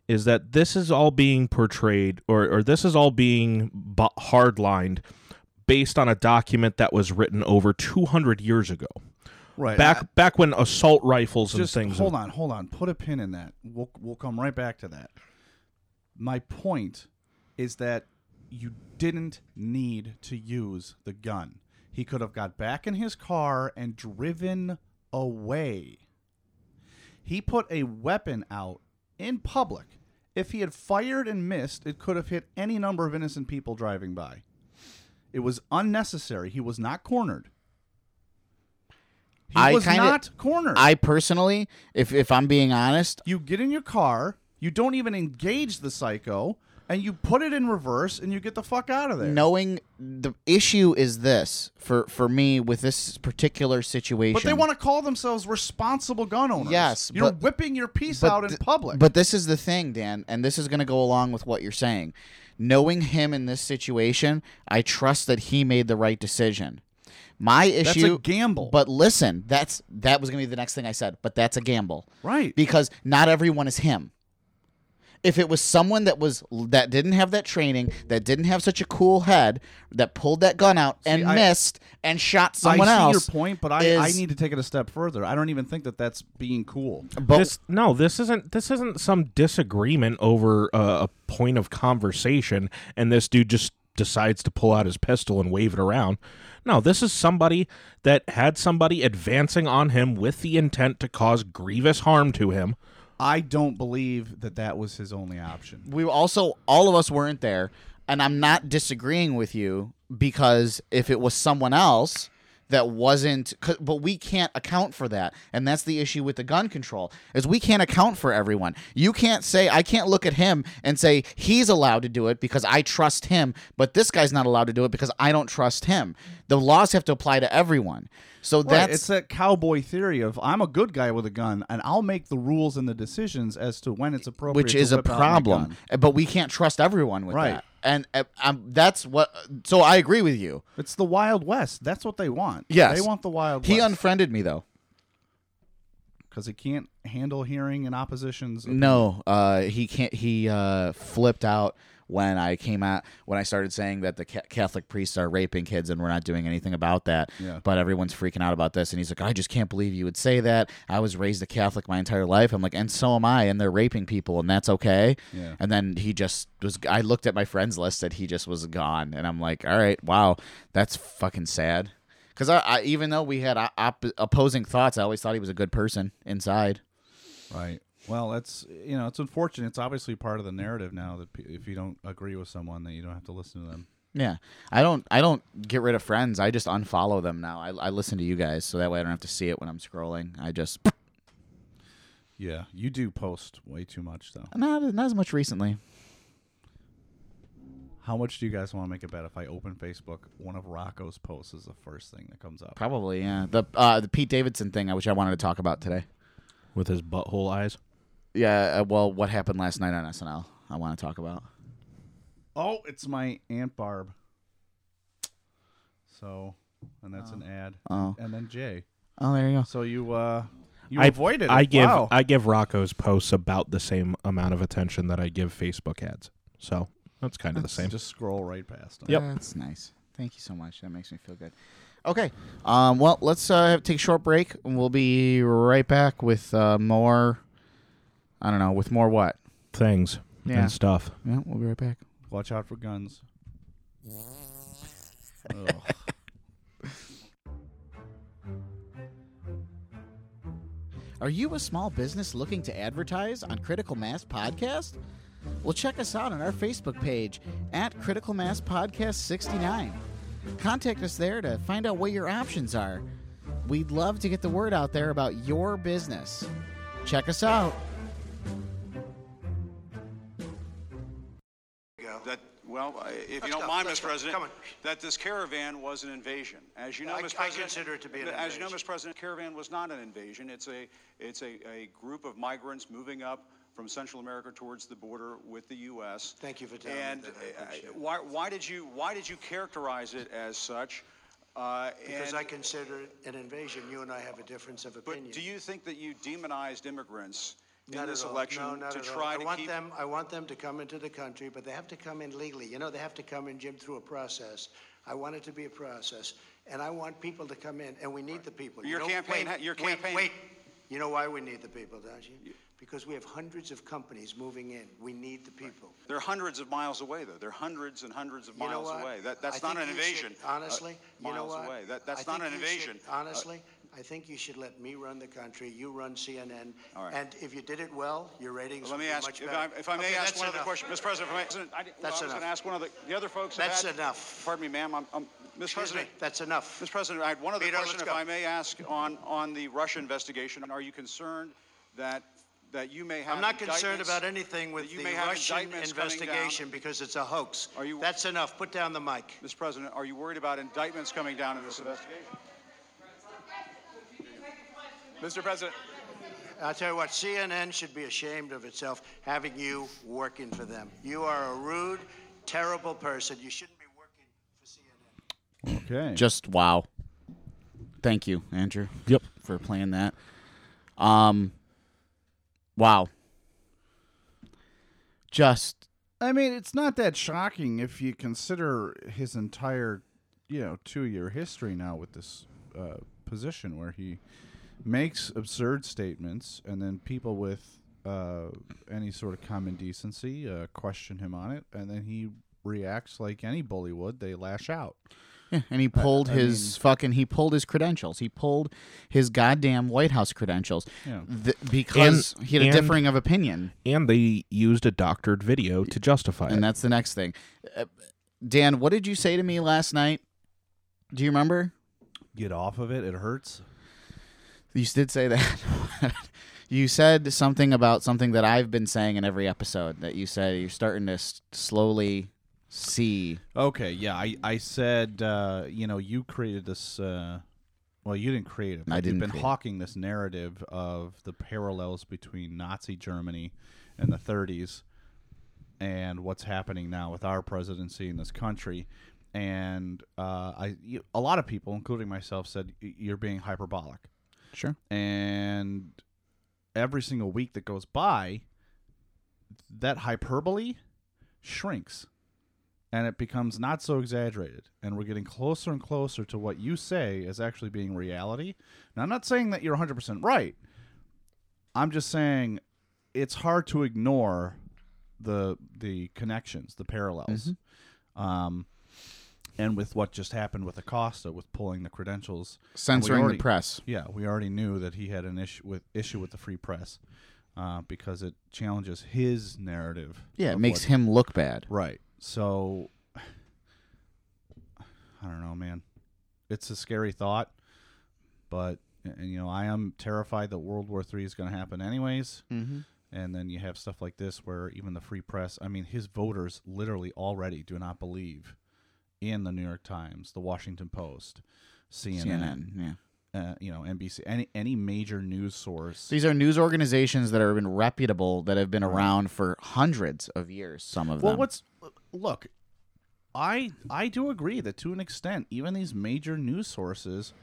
is that this is all being portrayed or or this is all being bo- hardlined based on a document that was written over 200 years ago.
Right.
Back back when assault rifles and
just
things
hold on, hold on. Put a pin in that. We'll we'll come right back to that. My point is that you didn't need to use the gun. He could have got back in his car and driven away. He put a weapon out in public. If he had fired and missed, it could have hit any number of innocent people driving by. It was unnecessary. He was not cornered. He
I
was
kinda-
not cornered.
I personally, if if I'm being honest,
You get in your car, you don't even engage the psycho, and you put it in reverse and you get the fuck out of there.
knowing the issue is this for for me with this particular situation.
But they want to call themselves responsible gun owners.
Yes,
You're
but-
whipping your piece
but
out in
th-
public.
But this is the thing, Dan, and this is going to go along with what you're saying. Knowing him in this situation, I trust that he made the right decision. My
That's
issue
a gamble.
But listen, that's that was going to be the next thing I said, but that's a gamble.
Right.
Because not everyone is him. If it was someone that was that didn't have that training, that didn't have such a cool head, that pulled that gun out and
I-
missed and shot someone
I see
else.
your point, but I, I
is-
need to take it a step further. I don't even think that that's being cool.
but
this no this isn't this isn't some disagreement over uh, a point of conversation and this dude just decides to pull out his pistol and wave it around no this is somebody that had somebody advancing on him with the intent to cause grievous harm to him
I don't believe that that was his only option.
we also all of us weren't there and i'm not disagreeing with you because if it was someone else that wasn't 'cause- but we can't account for that and that's the issue with the gun control is we can't account for everyone you can't say i can't look at him and say he's allowed to do it because i trust him but this guy's not allowed to do it because i don't trust him the laws have to apply to everyone so
Right,
that's
it's that cowboy theory of I'm a good guy with a gun and I'll make the rules and the decisions as to when it's appropriate.
which
to
is a
whip out my
problem
gun.
but we can't trust everyone with
Right.
that and uh, um, that's what so i agree with you
It's the Wild West. That's what they want.
Yes.
They want the Wild
He
West.
unfriended me though.
because he can't handle hearing and oppositions.
No, uh, he can't. He uh, flipped out when I came out when I started saying that the ca- Catholic priests are raping kids and we're not doing anything about that.
Yeah.
But everyone's freaking out about this, and he's like, "I just can't believe you would say that. I was raised a Catholic my entire life. I'm like, and so am I, and they're raping people, and that's okay."
Yeah.
And then he just was. I looked at my friends list that he just was gone, and I'm like, "All right, wow, that's fucking sad." Because I, I, even though we had o- op- opposing thoughts, I always thought he was a good person inside.
Right. Well, that's you know, it's unfortunate. It's obviously part of the narrative now that pe- if you don't agree with someone, that you don't have to listen to them.
Yeah, I don't. I don't get rid of friends. I just unfollow them now. I, I listen to you guys, so that way I don't have to see it when I'm scrolling. I just *sniffs*
Yeah, you do post way too much though.
not not as much recently.
How much do you guys want to make a bet? If I open Facebook, one of Rocco's posts is the first thing that comes up.
Probably yeah. The uh, the Pete Davidson thing, which I wanted to talk about today.
with his butthole eyes
Yeah. Uh, well, what happened last night on SNL? I want to talk about.
Oh, it's my Aunt Barb. So, and that's an ad.
Oh.
And then Jay.
Oh, there you go.
So you uh you
I,
avoided it.
I give
Wow.
I give Rocco's posts about the same amount of attention that I give Facebook ads so that's kind of the same
just uh, scroll right past them.
Yep.
That's nice. Thank you so much. That makes me feel good. Okay. Um. Well, let's uh take a short break, and we'll be right back with uh, more. I don't know with more what.
things
Yeah.
and stuff
Yeah, we'll be right back.
Watch out for guns.
Are you a small business looking to advertise on Critical Mass Podcast? Well, check us out on our Facebook page at Critical Mass Podcast 69. Contact us there to find out what your options are. We'd love to get the word out there about your business. Check us out.
Go.
that, well, I- if you
Let's
don't
go,
mind,
let's
Mr.
go.
President,
Come on.
that this caravan was an invasion. As you know,
I-
Mr.
I
President,
consider it to be an
As you know,
invasion.
Mr. President, caravan was not an invasion. It's a it's a, a group of migrants moving up from Central America towards the border with the U.S.
Thank you for telling me
and
that. I
uh,
appreciate it.
why why did you why did you characterize it as such? Uh,
Because
and-
I consider it an invasion. You and I have a difference of opinion.
But do you think that you demonized immigrants in
Not
this
at all.
election
No, not
to
at all.
try
I
to
want
keep?
them. I want them to come into the country, but they have to come in legally. You know, they have to come in, Jim, through a process. I want it to be a process, and I want people to come in, and we need the people. You
Your
don't-
campaign
wait,
ha- your
wait,
campaign-
Wait, You know why we need the people, don't you? Because we have hundreds of companies moving in. We need the people.
They're hundreds of miles away, though. They're hundreds and hundreds of
You know
miles
what?
away. That, that's
I
not
think
an
you should-
invasion. uh,
Honestly, you know
miles
what?
away. That,
I
that's not
think
an
you should-
invasion. Uh,
Honestly, I think you should let me run the country, you run CNN.
All right.
And if you did it well, your ratings
Let
would
me
be
ask,
much
if
better.
I, if I may
Okay,
ask
that's
one other
enough.
question, Mr. President, if I may, President, I, did- well,
That's
I was going to
enough.
ask one other, the other folks. have
That's
had-
enough.
Pardon me, ma'am, I'm, I'm, Mr.
Excuse me,
President.
that's enough.
Mr. President, I had one other
Vito,
question,
let's
if
go.
I may ask, on, on the Russia investigation. Are you concerned that, that you may have
I'm not concerned
indictments-
about anything with
that you
the
may have
Russian
indictments coming down?
investigation because it's a hoax.
Are you-
That's enough. Put down the mic.
Mr. President, are you worried about indictments coming down in this investigation? Mr. President.
I'll tell you what, CNN should be ashamed of itself having you working for them. You are a rude, terrible person. You shouldn't be working.
Okay.
Just wow. Thank you, Andrew.
Yep.
For playing that. Um Wow. Just
I mean, it's not that shocking if you consider his entire, you know, two-year history now with this uh, position, where he makes absurd statements, and then people with uh, any sort of common decency uh, question him on it, and then he reacts like any bully would. They lash out.
yeah, and he pulled
I
his fucking he pulled his credentials. He pulled his goddamn White House credentials.
Yeah.
Th- because
And-
he had a
and-
differing of opinion.
And they used a doctored video to justify
And
it.
that's the next thing. Uh, Dan, what did you say to me last night? Do you remember?
Get off of it. It hurts.
You did say that. *laughs* you said something about something that I've been saying in every episode that you said you're starting to s- slowly see.
Okay, yeah, I, I said, uh, you know, you created this. Uh, well, you didn't create it. But
I didn't
You've been
create it.
hawking this narrative of the parallels between Nazi Germany and the 30s and what's happening now with our presidency in this country. And uh, I, you, a lot of people, including myself, said "Y- you're being hyperbolic.
Sure.
And every single week that goes by, that hyperbole shrinks and it becomes not so exaggerated. And we're getting closer and closer to what you say is actually being reality. Now, I'm not saying that you're 100% right. I'm just saying it's hard to ignore the the connections, the parallels.
Mm-hmm.
Um, and with what just happened with Acosta, with pulling the credentials, and we
Censoring the
already-
press.
Yeah, we already knew that he had an issue with issue with the free press uh, because it challenges his narrative.
Yeah, it
of
makes
what-
him look bad.
Right. So *sighs* I don't know, man. It's a scary thought, but and you know, I am terrified that World War III is going to happen anyways.
Mhm.
And then you have stuff like this where even the free press, I mean, his voters literally already do not believe in the New York Times, the Washington Post, CNN,
CNN, yeah.
uh, you know, NBC, any any major news source.
These are news organizations that have been reputable that have been around for hundreds of years, some of
Mm-hmm. well,
them.
what's look? I I do agree that to an extent, even these major news sources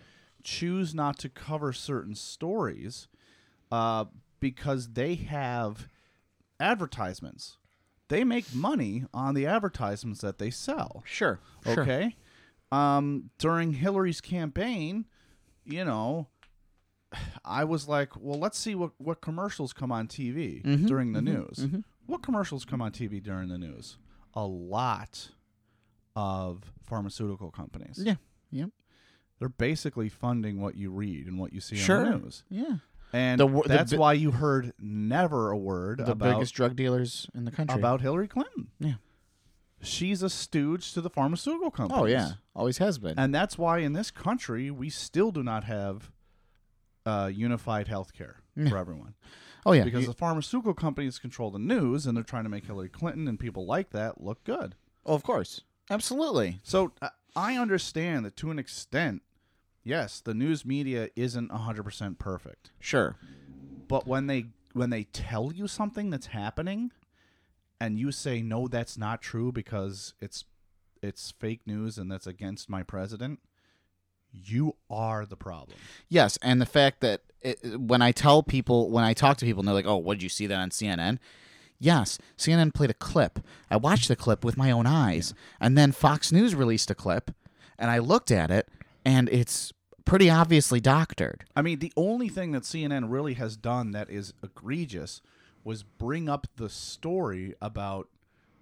choose not to cover certain stories uh, because they have advertisements. They make money on the advertisements that they sell.
Sure. sure.
Okay. Um, during Hillary's campaign, you know, I was like, well, let's see what, what commercials come on TV
Mm-hmm.
during the news. What commercials come on TV during the news? A lot of pharmaceutical companies.
Yeah. Yep.
They're basically funding what you read and what you see on
Sure.
the news.
Yeah.
And
The wor- the
that's
bi-
why you heard never a word
The
about
biggest drug dealers in the country.
about Hillary Clinton.
Yeah.
She's a stooge to the pharmaceutical companies.
Oh yeah, always has been.
And that's why in this country we still do not have uh, unified health care for everyone.
Oh, yeah.
because
You-
the pharmaceutical companies control the news, and they're trying to make Hillary Clinton and people like that look good.
Oh, of course, absolutely.
So I- I understand that to an extent, yes, the news media isn't hundred percent perfect,
Sure.
but when they when they tell you something that's happening, and you say no, that's not true because it's it's fake news and that's against my president, you are the problem.
Yes, and the fact that it, when I tell people, when I talk to people, and they're like, "Oh, what did you see that on CNN?" Yes, CNN played a clip. I watched the clip with my own eyes, and then Fox News released a clip, and I looked at it, and it's pretty obviously doctored.
I mean, the only thing that CNN really has done that is egregious was bring up the story about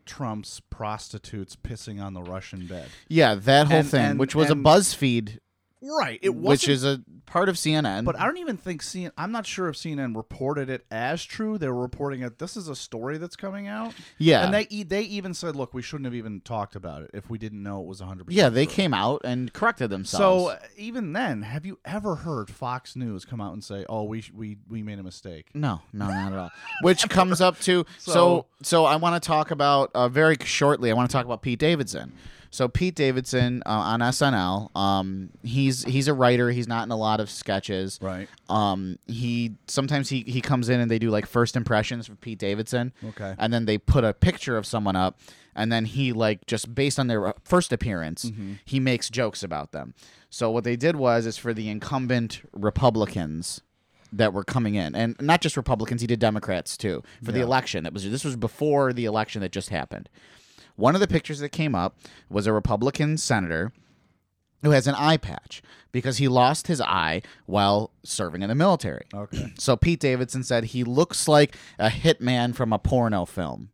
Trump's prostitutes pissing on the Russian bed.
Yeah, that whole
And-
thing,
and-
which was
and-
a BuzzFeed,
Right. It
which is a part of CNN.
But I don't even think CNN. I'm not sure if CNN reported it as true. They were reporting it. This is a story that's coming out.
Yeah.
And they e- they even said, look, we shouldn't have even talked about it if we didn't know it was 100.
yeah, they came out and corrected themselves.
So uh, even then, have you ever heard Fox News come out and say, "Oh, we sh- we we made a mistake"?
No, no, not at all. Which comes up
*laughs*
to so so,
So-
I want to talk about uh, very shortly. I want to talk about Pete Davidson. So Pete Davidson uh, on SNL, um, he's he's a writer. He's not in a lot of sketches.
Right.
Um, he sometimes he he comes in and they do like first impressions for Pete Davidson.
Okay.
And then they put a picture of someone up, and then he like just based on their uh, first appearance,
Mm-hmm.
he makes jokes about them. So what they did was is for the incumbent Republicans that were coming in, and not just Republicans, he did Democrats too for the election. That was this was before the election that just happened. One of the pictures that came up was a Republican senator who has an eye patch because he lost his eye while serving in the military. Okay. So Pete Davidson said he looks like a hitman from a porno film.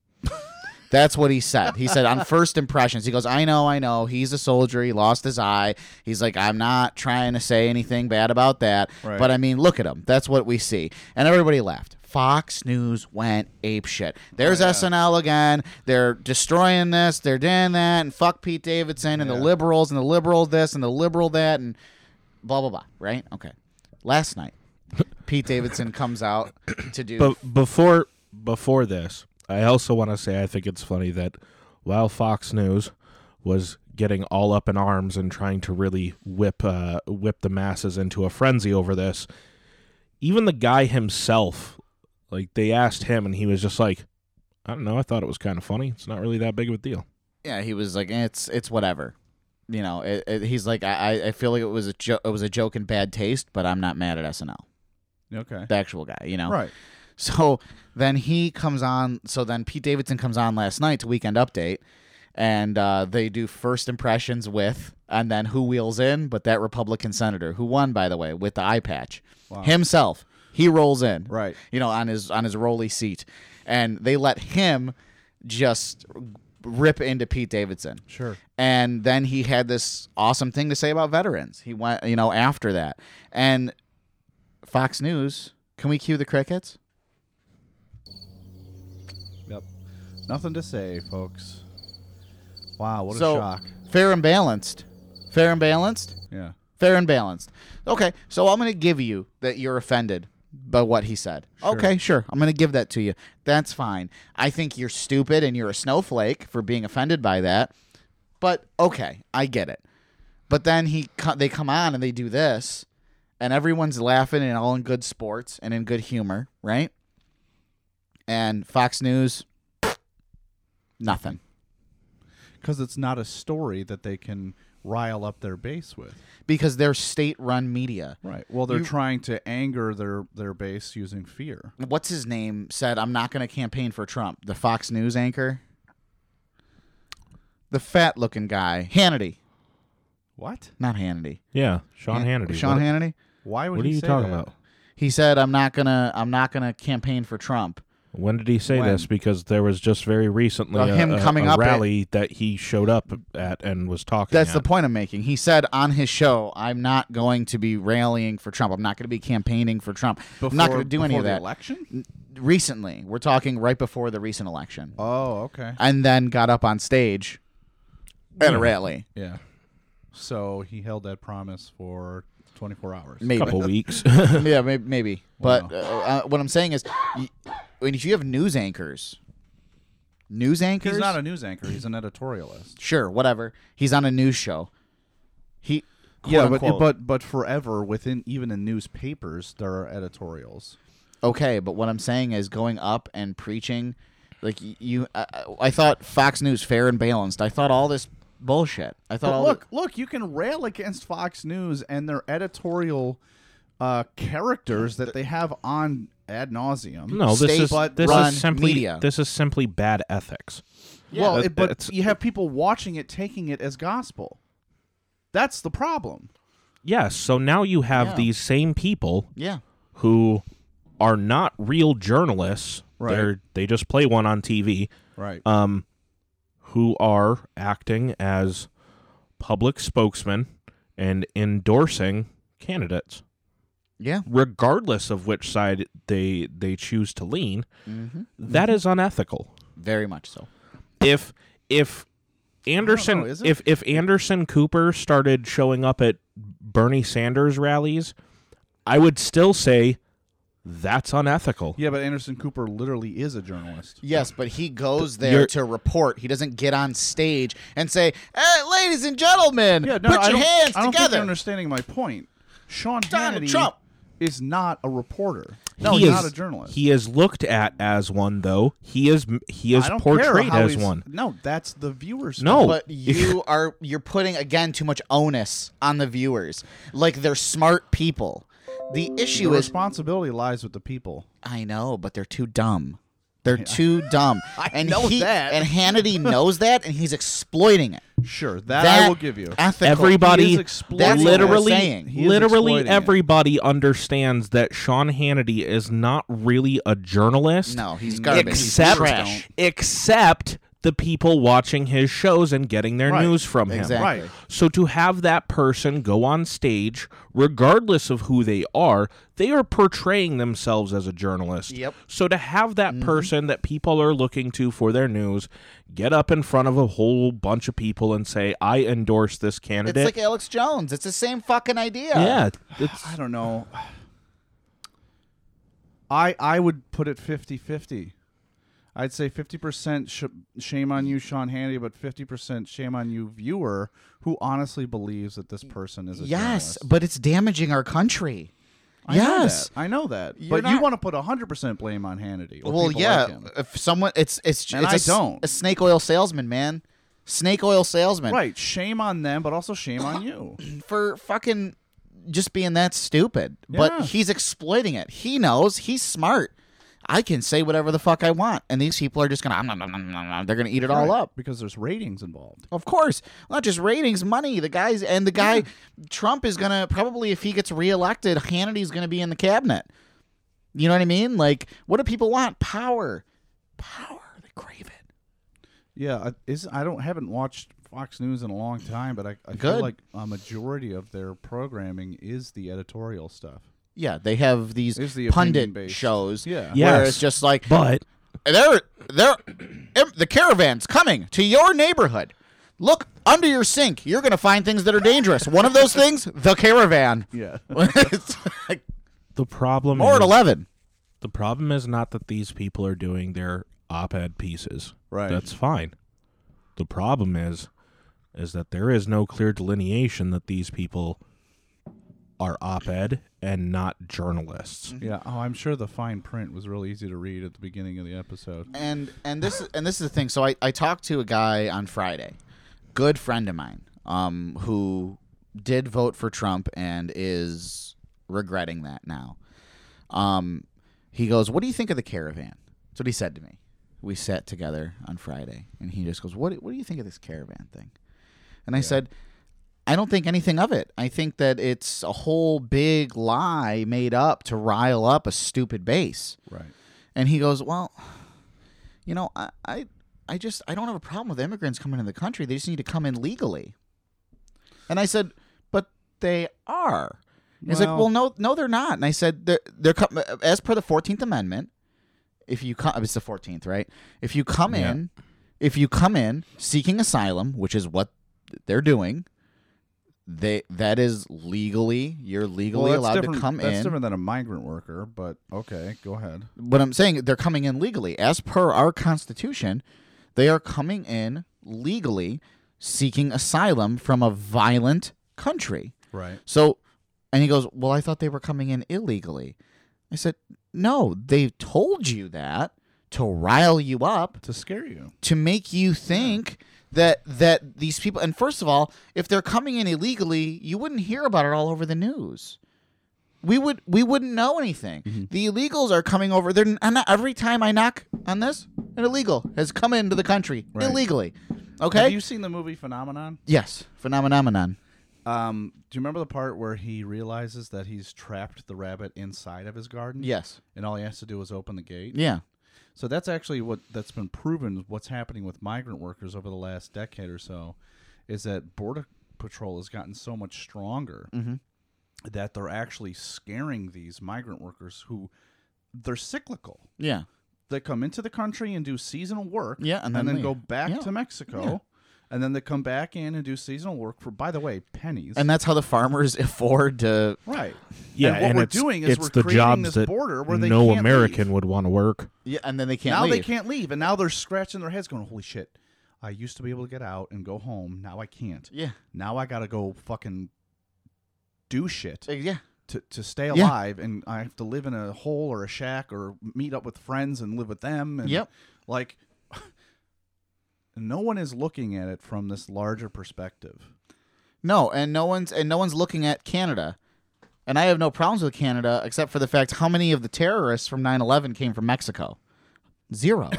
That's what he said. He said on first impressions, he goes, "I know, I know. He's a soldier. He lost his eye. He's like, I'm not trying to say anything bad about that,
Right.
but I mean, look at him. That's what we see." And everybody laughed. Fox News went ape shit. There's SNL again. They're destroying this. They're doing that, and fuck Pete Davidson and the liberals and the liberal this and the liberal that and blah blah blah. Right? Okay. Last night, Pete Davidson comes out to do
But before before this, I also want to say I think it's funny that while Fox News was getting all up in arms and trying to really whip uh, whip the masses into a frenzy over this, even the guy himself, like they asked him, and he was just like, "I don't know. I thought it was kind of funny. It's not really that big of a deal."
yeah, he was like, eh, it's it's whatever. You know, it, it, he's like, I, I- I feel like it was a jo- it was a joke in bad taste, but I'm not mad at SNL,
Okay.
the actual guy. You know,
Right.
*laughs* So then he comes on. So then Pete Davidson comes on last night to Weekend Update, and uh, they do first impressions with, and then who wheels in? But that Republican senator who won, by the way, with the eye patch himself. He rolls in,
Right.
You know, on his on his rolly seat, and they let him just rip into Pete Davidson.
Sure.
And then he had this awesome thing to say about veterans. He went, you know, after that, and Fox News. Can we cue the crickets?
Yep. Nothing to say, folks. Wow, what
so
a shock.
fair and balanced, fair and balanced,
Yeah.
fair and balanced. Okay, so I'm gonna give you that you're offended by what he said. Okay, sure, I'm gonna give that to you. That's fine. I think you're stupid and you're a snowflake for being offended by that. But okay, I get it. But then he co- they come on and they do this, and everyone's laughing and all in good sports and in good humor, right? And Fox News, nothing.
Because it's not a story that they can rile up their base with.
because they're state-run media.
Right. Well, they're
You-
trying to anger their their base using fear.
What's his name said, "I'm not going to campaign for Trump." The Fox News anchor, the fat-looking guy, Hannity,
What?
not Hannity,
Yeah, Sean Hannity.
Sean
what,
Hannity.
Why would
What are
he
you
say
talking
that?
about?
He said, "I'm not gonna, I'm not gonna campaign for Trump."
When did he say
When?
this? Because there was just very recently
Well,
a,
him
a-
coming
a
up at-
rally that he showed up at and was talking.
That's the
at.
point I'm making. He said on his show, "I'm not going to be rallying for Trump. I'm not going to be campaigning for Trump. I'm not
Before-
going to do any
before
of
the
that."
election?
Recently, we're talking right before the recent election,
Oh, okay.
and then got up on stage at a rally.
Yeah. So he held that promise for 24 hours.
Maybe *coughs* yeah, maybe. maybe. But uh, uh, what I'm saying is, y when if you have news anchors, news anchors.
He's not a news anchor. He's an editorialist.
Sure, whatever. He's on a news show. He.
yeah,
quote,
but,
unquote.
but but forever within even in newspapers there are editorials.
Okay, but what I'm saying is going up and preaching, like y- you. I, I- I thought Fox News fair and balanced. I thought all this bullshit. I thought
But
all the-
look, look, you can rail against Fox News and their editorial uh, characters that they have on ad nauseum.
*laughs* No, this is
but
this
run
is simply
media.
this is simply bad ethics.
Well,
That-
it, but
that's-
you have people watching it, taking it as gospel. That's the problem.
Yes. So now you have
Yeah.
these same people
Yeah.
who are not real journalists.
Right.
They're, they just play one on TV.
Right.
Um, who are acting as public spokesmen and endorsing candidates.
Yeah.
Regardless of which side they they choose to lean,
Mm-hmm.
Mhm.
that is unethical.
Very much so.
If if Anderson
is it?
if if Anderson Cooper started showing up at Bernie Sanders rallies, I would still say that's unethical.
Yeah, but Anderson Cooper literally is a journalist.
Yes, but he goes
Th-
there
you're-
to report. He doesn't get on stage and say, hey, "Ladies and gentlemen, put
I
your
don't-
hands
I don't think
together."
you're understanding my point. Sean
Donald
Hannity
Trump.
is not a reporter. No, he's
is,
not a journalist.
He is looked at as one, though. He is he is
I don't care
portrayed
how
as
he's-
one.
No, that's the viewers.
No. *laughs*
but you are you're putting again too much onus on the viewers. Like they're smart people. The issue
the
is
responsibility lies with the people.
I know, but they're too dumb. They're too dumb. I and
know
he,
that.
And Hannity knows that, and he's exploiting it.
Sure, that, I
That
will give you.
ethical- He
Everybody,
is exploiting That's what we're
literally,
saying. He is
literally
exploiting it.
everybody understands that Sean Hannity is not really a journalist.
No, he's garbage. He's
Except,
trash.
except the people watching his shows and getting their
Right.
news from him.
Exactly. Right.
So to have that person go on stage, regardless of who they are, they are portraying themselves as a journalist.
Yep. Mm-hmm.
So to have that person that people are looking to for their news get up in front of a whole bunch of people and say, "I endorse this
It's
candidate."
like Alex Jones. It's the same fucking idea. *sighs*
yeah,
I don't know. I I would put it 50-50. I'd say 50% sh- shame on you Sean Hannity, but 50% shame on you viewer who honestly believes that this person is a
Yes,
journalist.
but it's damaging our country.
I know
yes.
that. I know that.
You're
but you
not-
want to put 100% blame on Hannity. or
Well,
people
yeah.
like him.
if someone, it's it's
And
it's
I
a s-
don't.
a snake oil salesman, man. Snake oil salesman.
Right. Shame on them, but also shame
*coughs*
on you.
for fucking just being that stupid. But
Yeah.
he's exploiting it. He knows. He's smart. I can say whatever the fuck I want, and these people are just gonna. nom, nom, nom, nom, nom, nom. They're gonna eat it all
Right,
up.
Because there's ratings involved.
Of course, not just ratings, money. The guys and the guy, Trump is gonna probably if he gets reelected, Hannity's gonna be in the cabinet. You know what I mean? Like, what do people want? Power, power. They crave it.
Yeah, I- is I don't haven't watched Fox News in a long time, but I, I feel
Good.
like a majority of their programming is the editorial stuff.
Yeah, they have these
It's the
pundit
opinion-based.
shows.
Yeah.
where
Yes.
it's just like,
but
they're they're em- the caravan's coming to your neighborhood. Look under your sink. You're gonna find things that are dangerous. One of those things, the caravan.
Yeah.
*laughs* It's like
the problem
more at
is-
eleven.
The problem is not that these people are doing their op-ed pieces.
Right.
That's fine. The problem is is that there is no clear delineation that these people are op-ed and not journalists.
Yeah. Oh, I'm sure the fine print was real easy to read at the beginning of the episode.
and and this and this is the thing. So I, I talked to a guy on Friday, good friend of mine, um, who did vote for Trump and is regretting that now. Um, he goes, "What do you think of the caravan?" That's what he said to me. We sat together on Friday, and he just goes, "What What do you think of this caravan thing?" And I said, I don't think anything of it. I think that it's a whole big lie made up to rile up a stupid base.
Right.
And he goes, Well, you know, I, I, I just, I don't have a problem with immigrants coming into the country. They just need to come in legally. And I said, But they are. And He's like,
Well-
Well, no, no, they're not. And I said, They're, they're com- as per the 14th Amendment, if you come, it's the 14th, right? If you come
Yeah.
in, if you come in seeking asylum, which is what they're doing, they that is legally you're legally
Well, that's
allowed to
different-
come
That's
in.
different than a migrant worker, but okay, go ahead.
But I'm saying they're coming in legally. As per our Constitution, they are coming in legally seeking asylum from a violent country.
Right.
So, and he goes, Well, I thought they were coming in illegally. I said, No, they told you that to rile you up,
to scare you,
to make you think. That that these people and first of all, if they're coming in illegally, you wouldn't hear about it all over the news we would we wouldn't know anything.
Mm-hmm.
The illegals are coming over. They're and not, every time I knock on this, an illegal has come into the country
Right.
illegally. Okay.
Have you seen the movie Phenomenon?
yes, phenomenon.
Um, do you remember the part where he realizes that he's trapped the rabbit inside of his garden?
Yes.
And all he has to do is open the gate.
Yeah.
So that's actually what that's been proven. What's happening with migrant workers over the last decade or so is that border patrol has gotten so much stronger
Mm-hmm.
that they're actually scaring these migrant workers who they're cyclical.
Yeah.
They come into the country and do seasonal work.
Yeah, and then leave.
go back
Yeah.
to Mexico.
Yeah.
And then they come back in and do seasonal work for, by the way, pennies.
And that's how the farmers *laughs* afford to.
Right.
*sighs*
Yeah,
And what we're doing is
it's
we're
the
creating
jobs
this
that
border where they
no
can't
American
leave.
would want to work.
Yeah, and then they can't.
now
leave.
they can't leave, and now they're scratching their heads, going, "Holy shit! I used to be able to get out and go home. Now I can't.
Yeah.
Now I gotta go fucking do shit
Uh, Yeah.
to to stay
Yeah.
alive, and I have to live in a hole or a shack or meet up with friends and live with them. And
Yep.
like." *laughs* No one is looking at it from this larger perspective.
No, and no one's and no one's looking at Canada. And I have no problems with Canada except for the fact how many of the terrorists from 9/11 came from Mexico?
*laughs*
Zero.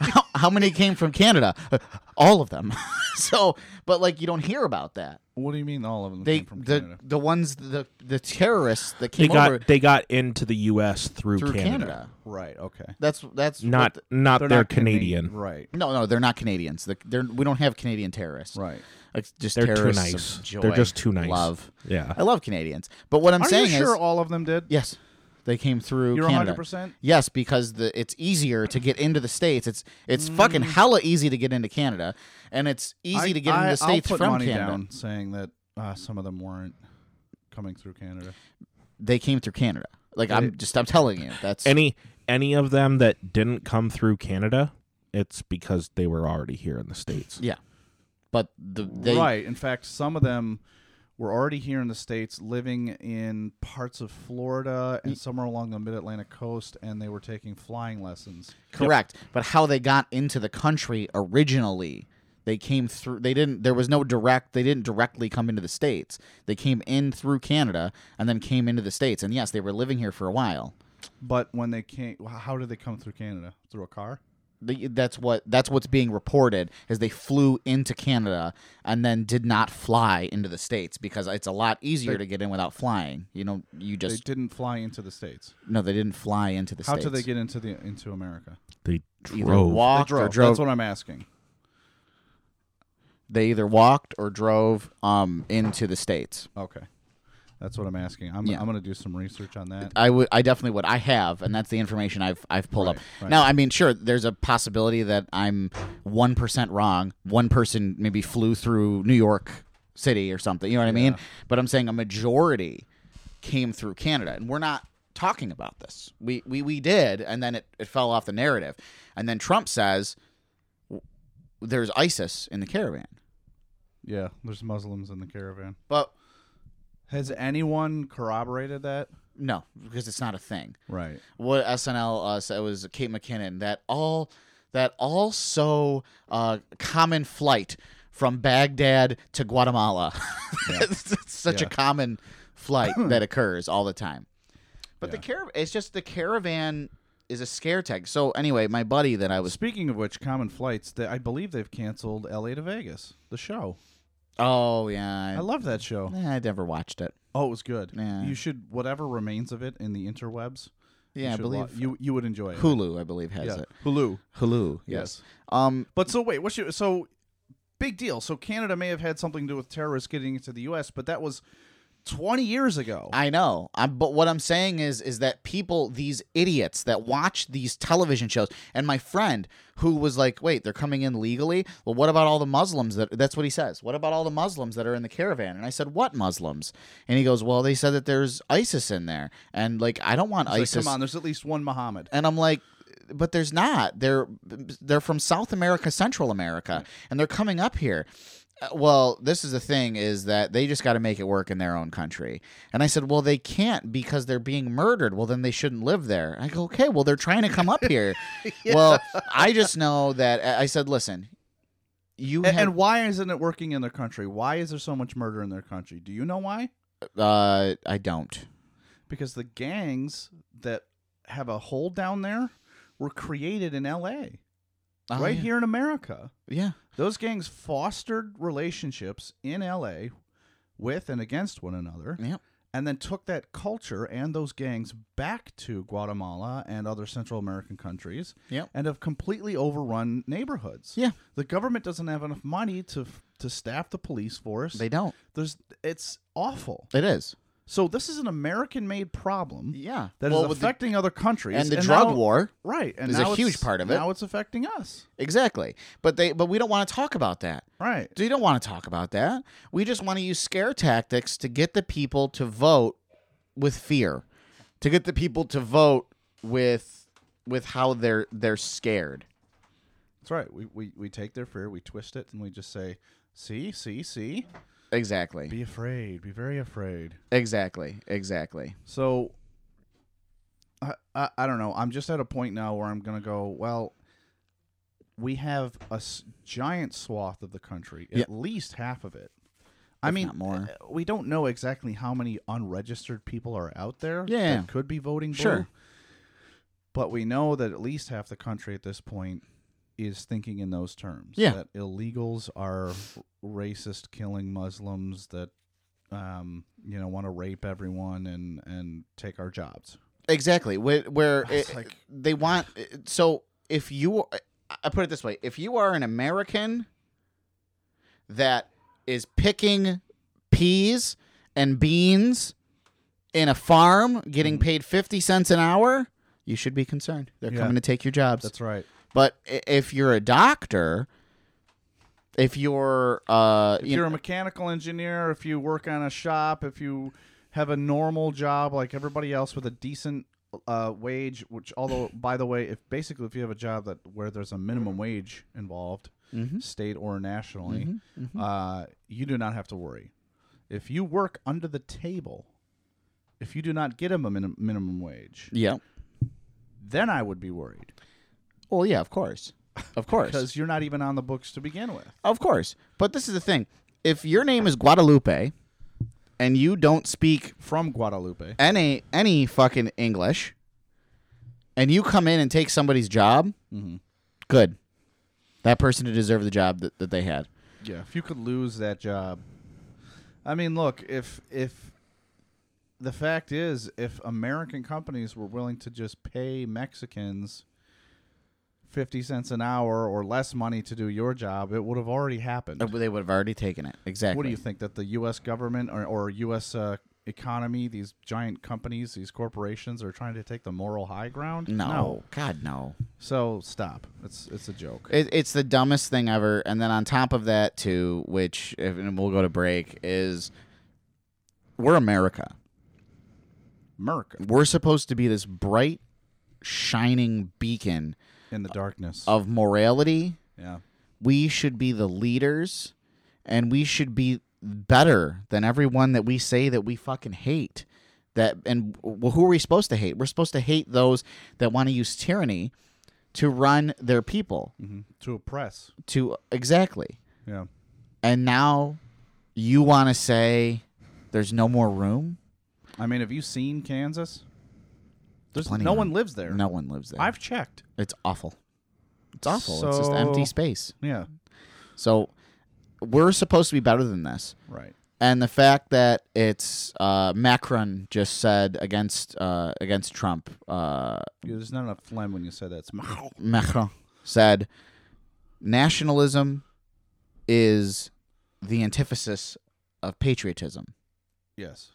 how, how many came from Canada? Uh, All of them. *laughs* so, but like you don't hear about that.
What do you mean all of them
They
came from
the
Canada?
the ones the the terrorists that
They
came
got
over
they got into the U.S. through,
through Canada.
Right, okay.
That's that's what
not
the-
not
They're
they're,
not
Canadian.
Right.
no, no, they're not Canadians. The- They're, we don't have Canadian terrorists.
Right.
It's just
They're too
terrorists of
nice.
joy,
They're just too nice.
Love.
Yeah.
I love Canadians. But what I'm
Are you
saying
sure
is
all of them did?
Yes. They came through
You're
Canada.
100%?
Yes, because the it's easier to get into the states. It's it's fucking hella easy to get into Canada, and it's easy
Mm. I-
to get
I-
into the states
I'll put
from
money
Canada.
down saying that uh, some of them weren't coming through Canada.
They came through Canada. Like I'm just I'm telling you, that's
Any any of them that didn't come through Canada, it's because they were already here in the states.
yeah. But the they
right. In fact, some of them were already here in the states, living in parts of Florida and somewhere along the Mid-Atlantic coast, and they were taking flying lessons.
correct. But how they got into the country originally, they came through. They didn't. There was no direct. They didn't directly come into the states. They came in through Canada and then came into the states. And yes, they were living here for a while.
But when they came, how did they come through Canada? Through a car?
The- that's what that's what's being reported is they flew into Canada and then did not fly into the states because it's a lot easier to get in without flying. You know, you
They
just
didn't fly into the states.
no, they didn't fly into the
How
states.
did they get into the into America?
They
Either
drove.
walked
Drove.
or drove.
That's what I'm asking.
they either walked or drove um into the states.
Okay, that's what I'm asking. I'm
Yeah.
I'm gonna do some research on that.
I would, I definitely would. I have, and that's the information I've I've pulled up.
Right, right.
Now, I mean, sure, there's a possibility that I'm one percent wrong. One person maybe flew through New York City or something. You know what I mean? But I'm saying a majority came through Canada, and we're not talking about this. We we we did, and then it it fell off the narrative, and then Trump says w- there's ISIS in the caravan,
Yeah, there's Muslims in the caravan.
but
Has anyone corroborated that?
no, because it's not a thing.
Right.
what SNL uh, said was Kate McKinnon that all that also uh, common flight from Baghdad to Guatemala. *laughs* it's it's such a
Yeah.
common flight that occurs all the time. But the car it's just the caravan is a scare tag. So anyway, my buddy that I was
Speaking of which, Common Flights, they, I believe they've canceled LA to Vegas, the show.
Oh yeah.
I love that show.
Eh, I never watched it.
Oh, it was good.
Yeah.
You should whatever remains of it in the interwebs. you
Yeah, I
should wa-
believe
you you would enjoy it.
Hulu, I believe has
Yeah.
it.
Hulu.
Hulu, yes.
Yes.
Um
But so wait, what's your so big deal? So Canada may have had something to do with terrorists getting into the U.S., but that was 20 years ago.
I know. I'm, but what I'm saying is, is that people, these idiots that watch these television shows, and my friend who was like, "Wait, they're coming in legally." Well, what about all the Muslims that? That's what he says. What about all the Muslims that are in the caravan? And I said, "What Muslims?" And he goes, "Well, they said that there's ISIS in there, and like, I don't want
It's like,
ISIS."
come on, there's at least one Muhammad.
and I'm like, but there's not. They're they're from South America, Central America, and they're coming up here. Uh, Well, this is the thing is that they just got to make it work in their own country. And I said, "Well, they can't because they're being murdered. Well, then they shouldn't live there." I go, "Okay, well, they're trying to come up *laughs* here." Well, I just know that uh, I I said, "Listen, you
A-
have,
And, why isn't it working in their country? Why is there so much murder in their country? Do you know why?
uh, I don't."
Because the gangs that have a hold down there were created in L.A.
Oh,
right
yeah.
here in America.
Yeah.
Those gangs fostered relationships in LA with and against one another.
Yep.
And then took that culture and those gangs back to Guatemala and other Central American countries
Yep.
and have completely overrun neighborhoods.
Yeah.
The government doesn't have enough money to to staff the police force.
They don't.
There's it's awful.
It is.
So this is an American-made problem.
Yeah.
that is
Well, with the-
affecting other countries
and the drug
now-
war
Right, and
is a
now
huge
it's-
part of it.
Now it's affecting us.
Exactly. But they but we don't want to talk about that.
Right.
We don't want to talk about that. We just want to use scare tactics to get the people to vote with fear, to get the people to vote with with how they're they're scared.
That's right. We, we we take their fear, we twist it, and we just say, "See, see, see.
Exactly.
Be afraid. Be very afraid."
Exactly. Exactly.
So, I I, I don't know. I'm just at a point now where I'm gonna go. Well, we have a s- giant swath of the country,
Yeah.
at least half of it. I
If
mean,
not more.
uh, we don't know exactly how many unregistered people are out there
Yeah.
that could be voting blue.
Sure.
But we know that at least half the country at this point is thinking in those terms.
Yeah.
That illegals are racist, killing Muslims that, um, you know, want to rape everyone and, and take our jobs.
Exactly. Where, where
It's
it-
like-
they want so if you I- I put it this way, if you are an American that is picking peas and beans in a farm getting paid 50 cents an hour, you should be concerned. They're
Mm. Yeah.
coming to take your jobs.
That's right.
But i- if you're a doctor, if you're uh
If
you
you're a
know-
mechanical engineer, if you work on a shop, if you have a normal job like everybody else with a decent uh, wage, which although by the way, if basically if you have a job that where there's a minimum wage involved,
Mm-hmm.
state or nationally, Uh, you do not have to worry. If you work under the table, if you do not get him a minim- minimum wage,
yeah.
then I would be worried
Well, yeah, of course. Of
*laughs*
course.
because you're not even on the books to begin with.
Of course. But this is the thing. If your name is Guadalupe and you don't speak
From Guadalupe,
any any fucking English and you come in and take somebody's job,
Mm-hmm.
good. That person to deserve the job that, that they had.
Yeah, if you could lose that job. I mean, look, if if the fact is if American companies were willing to just pay Mexicans 50 cents an hour or less money to do your job, it would have already happened.
Uh, They would have already taken it. Exactly.
What do you think that the US government or or US uh, economy, these giant companies, these corporations are trying to take the moral high ground?
No. God no.
So stop. It's it's a joke.
It, it's the dumbest thing ever. And then on top of that too, which if, and we'll go to break is we're America.
Merc
We're supposed to be this bright shining beacon
in the darkness.
of morality.
yeah.
We should be the leaders and we should be better than everyone that we say that we fucking hate. That and well, who are we supposed to hate? We're supposed to hate those that want to use tyranny to run their people
Mm-hmm. To oppress.
to exactly.
Yeah.
And now you want to say there's no more room?
I mean, have you seen Kansas? There's
Plenty
no
of-
one lives there.
No one lives there.
I've checked.
it's awful. It's awful. It's just empty
So-
space.
Yeah,
So we're supposed to be better than this.
right.
and the fact that it's uh, Macron just said against uh, against Trump, uh,
Yeah, There's not enough phlegm when you say that. It's Mao.
Macron said nationalism is the antithesis of patriotism.
Yes.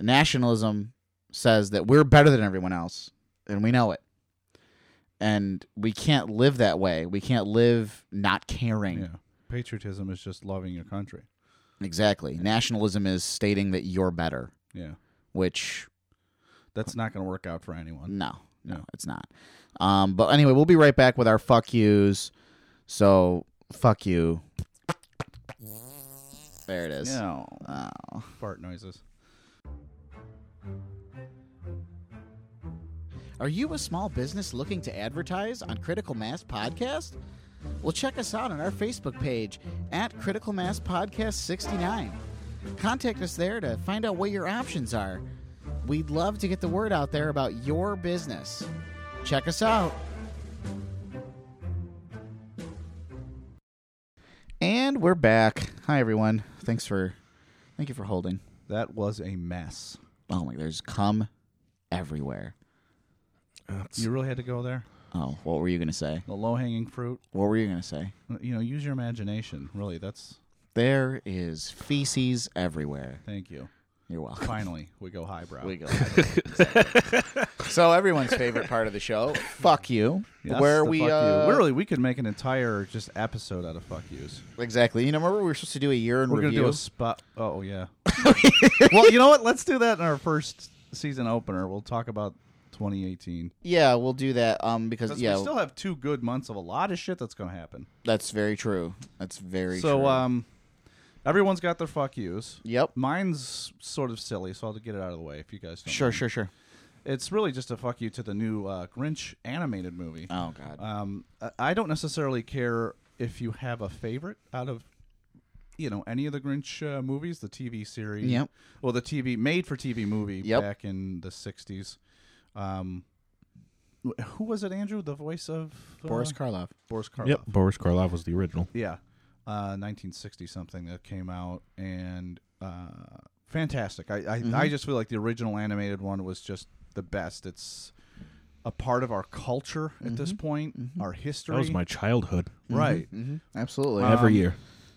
Nationalism says that we're better than everyone else, and we know it. And we can't live that way. We can't live not caring.
Yeah. Patriotism is just loving your country.
Exactly. Nationalism is stating that you're better.
Yeah.
Which
That's not going to work out for anyone.
no, no, it's not. Um, but anyway, we'll be right back with our fuck yous. So fuck you. There it is.
No.
Oh.
Fart noises.
Are you a small business looking to advertise on Critical Mass Podcast? Well, check us out on our Facebook page at Critical Mass Podcast 69. Contact us there to find out what your options are. We'd love to get the word out there about your business. Check us out.
And we're back. Hi everyone. Thanks for thank you for holding.
That was a mess.
Oh my there's cum everywhere.
You really had to go there?
Oh, what were you gonna say?
The low hanging fruit? Uh,
What were you gonna say?
You know, use your imagination. Really, that's.
There is feces everywhere.
Thank you.
You're welcome.
Finally, we go highbrow.
We go.
*laughs*
so everyone's favorite part of the show, fuck you.
Yes,
where
the
we
fuck you.
uh,
Really, we could make an entire just episode out of fuck yous.
exactly. You know, remember we were supposed to do a year in
We're
review.
gonna do a spot.
*laughs*
Oh yeah. well, you know what? Let's do that in our first season opener. We'll talk about 2018.
yeah, we'll do that. Um, because
'Cause
yeah,
we still have two good months of a lot of shit that's gonna happen.
that's very true. That's very
so
true.
um, everyone's got their fuck yous.
yep.
Mine's sort of silly, so I'll get it out of the way if you guys. Don't
Sure,
mind.
sure, sure.
It's really just a fuck you to the new uh, Grinch animated movie.
Oh god.
Um, I- I don't necessarily care if you have a favorite out of, you know, any of the Grinch uh, movies, the TV series.
Yep.
Well, the TV made for TV movie
Yep.
back in the '60s. Um, wh- who was it, Andrew? The voice of uh,
Boris Karloff.
Boris Karloff.
Yep, Boris Karloff was the original.
Yeah. Uh, 1960 something that came out and uh, fantastic. I, I,
Mm-hmm.
I just feel like the original animated one was just the best. It's a part of our culture at this
Mm-hmm.
point, our history.
That was my childhood.
right.
Absolutely.
Every year.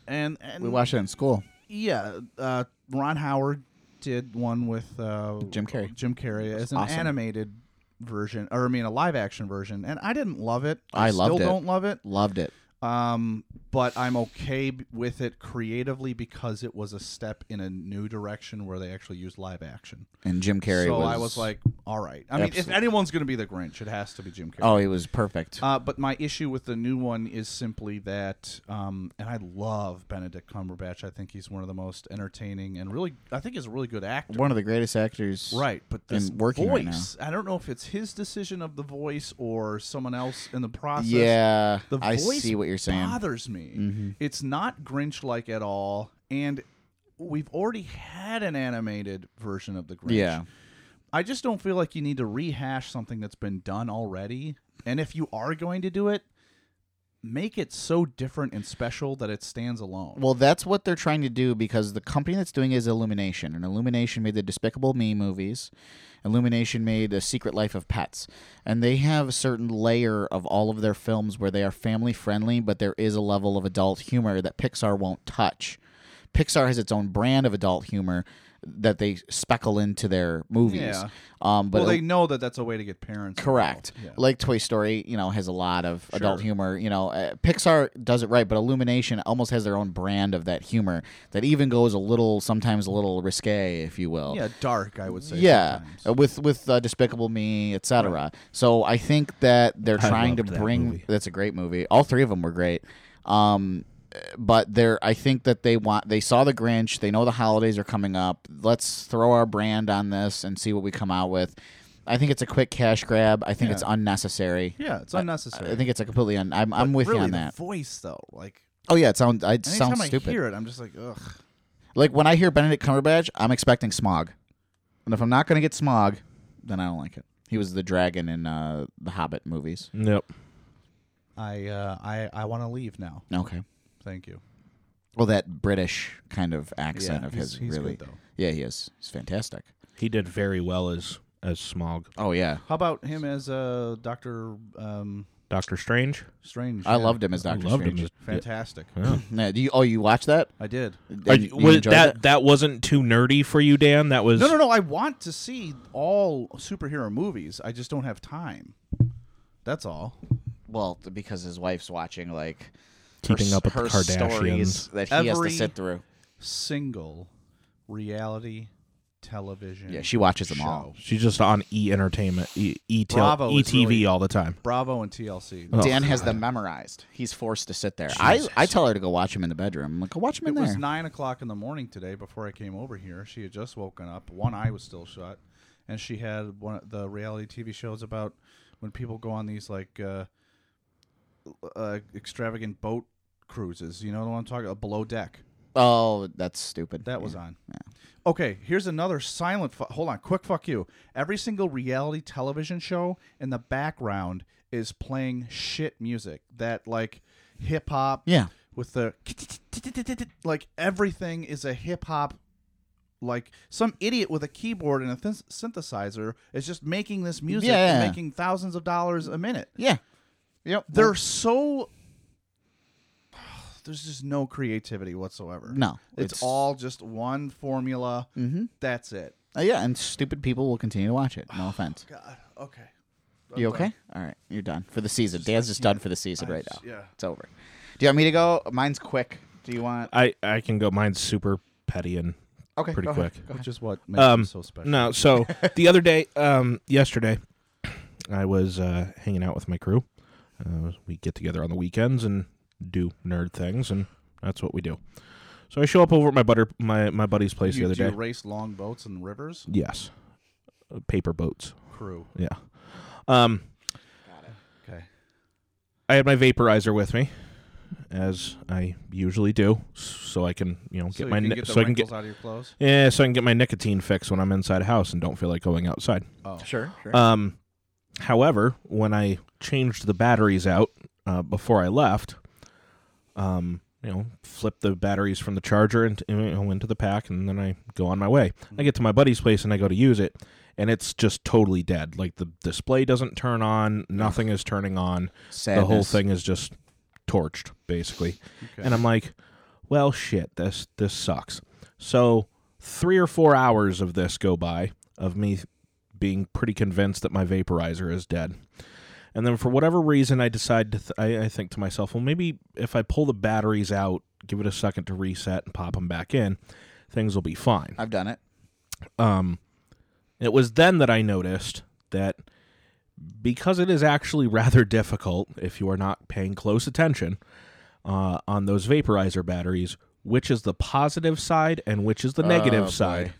And Mm-hmm. Um, and
Mm-hmm. we watched it in school.
yeah, uh, Ron Howard did one with uh,
Jim Carrey.
Jim Carrey as an
awesome.
animated version, or I mean a live action version, and I didn't love it.
I
still
loved it.
don't love it.
Loved it.
um, but I'm okay b- with it creatively because it was a step in a new direction where they actually used live action.
And Jim Carrey.
so
was,
I was like, all right. I mean, if
Absolute-
anyone's going to be the Grinch, it has to be Jim Carrey.
oh, he was perfect.
Uh, but my issue with the new one is simply that, um, and I love Benedict Cumberbatch. I think he's one of the most entertaining and really, I think he's a really good actor.
One of the greatest actors.
Right, but this
and working right now.
voice, I don't know if it's his decision of the voice or someone else in the process.
Yeah,
the
I
voice
see what you're saying. Mm-hmm.
bothers me. It's not Grinch like at all, and we've already had an animated version of the Grinch.
Yeah.
I just don't feel like you need to rehash something that's been done already. And if you are going to do it, make it so different and special that it stands alone.
Well, that's what they're trying to do because the company that's doing it is Illumination, and Illumination made the Despicable Me movies. Illumination made The Secret Life of Pets, and they have a certain layer of all of their films where they are family friendly, but there is a level of adult humor that Pixar won't touch. Pixar has its own brand of adult humor that they speckle into their movies.
Yeah.
Um, but
Well,
it-
they know that that's a way to get parents
Correct.
involved. Yeah.
Like Toy Story, you know, has a lot of adult humor. You know, uh, Pixar does it right, but Illumination almost has their own brand of that humor that even goes a little, sometimes a little risque, if you will.
yeah, dark. I would say.
Yeah,
sometimes.
uh, with with uh, Despicable Me, etc. So I think that they're trying to
loved that
bring.
movie.
That's a great movie. All three of them were great. Um, uh, but they're. I think that they want. They saw the Grinch. They know the holidays are coming up. Let's throw our brand on this and see what we come out with. I think it's a quick cash grab. I think it's unnecessary.
Yeah, it's
I-
unnecessary.
I, think it's a completely. Un- I'm I'm
But
with
really,
you on
the
that.
voice though, like
Oh yeah, it sounds. It
anytime
sounds
I
stupid.
hear it, I'm just like, ugh.
Like when I hear Benedict Cumberbatch, I'm expecting smog. And if I'm not going to get smog, then I don't like it. He was the dragon in uh, the Hobbit movies.
Yep.
I uh, I I want to leave now.
Okay.
Thank you.
Well, that British kind of accent
Yeah,
of
he's-
his
he's good,
really.
though.
Yeah, he is. He's fantastic.
He did very well as as Smog.
Oh yeah.
How about him as uh, Doctor um,
Doctor Strange.
Strange.
I loved him as Doctor Strange.
Fantastic.
Yeah.
Nah, do you, oh, you watched that?
I did.
And
Are
you-
you-
you
was-
enjoyed
that
it?
that wasn't too nerdy for you, Dan. That was
No, no, no. I want to see all superhero movies. I just don't have time. That's all.
Well, th- because his wife's watching like
Keeping
her, s-
Up with the
her stories
Kardashians.
that he has to
Every-
sit through.
Single reality television.
Yeah, she watches them all.
show.
She's just on E Entertainment, E, e,
Bravo is
TV
really-
all the time.
Bravo and TLC.
Oh,
Dan has them memorized. He's forced to sit there. I, I tell her to go watch him in the bedroom. I'm like, go watch him
It
in
was
there.
nine o'clock in the morning today before I came over here. She had just woken up. One eye was still shut, and she had one of the reality TV shows about when people go on these like uh, uh, extravagant boat cruises. You know what I'm talking about? Below deck.
oh, that's stupid.
That was
Yeah.
on. Okay, here's another silent. Fu- Hold on, quick. Fuck you. Every single reality television show in the background is playing shit music. That like hip hop.
Yeah.
With the like everything is a hip hop. Like some idiot with a keyboard and a thin synthesizer is just making this music and
Yeah.
making thousands of dollars a minute.
Yeah. Yep.
They're so. *sighs* There's just no creativity whatsoever.
No,
it's,
it's-
all just one formula. That's it.
Uh, yeah, and stupid people will continue to watch it. No offense.
Oh, God. Okay.
You okay? All right, you're done for the season. Dan's just done for the season right now.
yeah.
it's over. Do you want me to go? Mine's quick. Do you want?
I I can go. Mine's super petty and
Okay,
pretty
go ahead,
quick.
Which is what makes
Um,
it so special.
No, so the other day, um, yesterday, I was uh, hanging out with my crew. Uh, we get together on the weekends and do nerd things, and that's what we do. So I show up over at my butter my my buddy's place
you,
the other
do
day.
you race long boats and rivers?
yes, Uh, paper boats.
Crew.
Yeah. Um,
Okay.
I had my vaporizer with me, as I usually do, so I can you know get
so
my
you can
ni-
get the
so I can get
wrinkles out of your clothes.
yeah so I can get my nicotine fix when I'm inside a house and don't feel like going outside.
Oh,
Sure, sure.
Um, however, when I changed the batteries out uh, before I left, um, you know, flip the batteries from the charger into, you know, into the pack, and then I go on my way. I get to my buddy's place and I go to use it, and it's just totally dead. Like the display doesn't turn on, nothing is turning on. The whole
Sadness.
thing is just torched, basically. And I'm like, well, shit, this this sucks. So three or four hours of this go by of me being pretty convinced that my vaporizer is dead. And then for whatever reason, I decide to, th- I, I think to myself, well, maybe if I pull the batteries out, give it a second to reset and pop them back in, things will be fine.
I've done it.
Um, it was then that I noticed that because it is actually *laughs* rather difficult if you are not paying close attention uh, on those vaporizer batteries, which is the positive side and which is the negative side.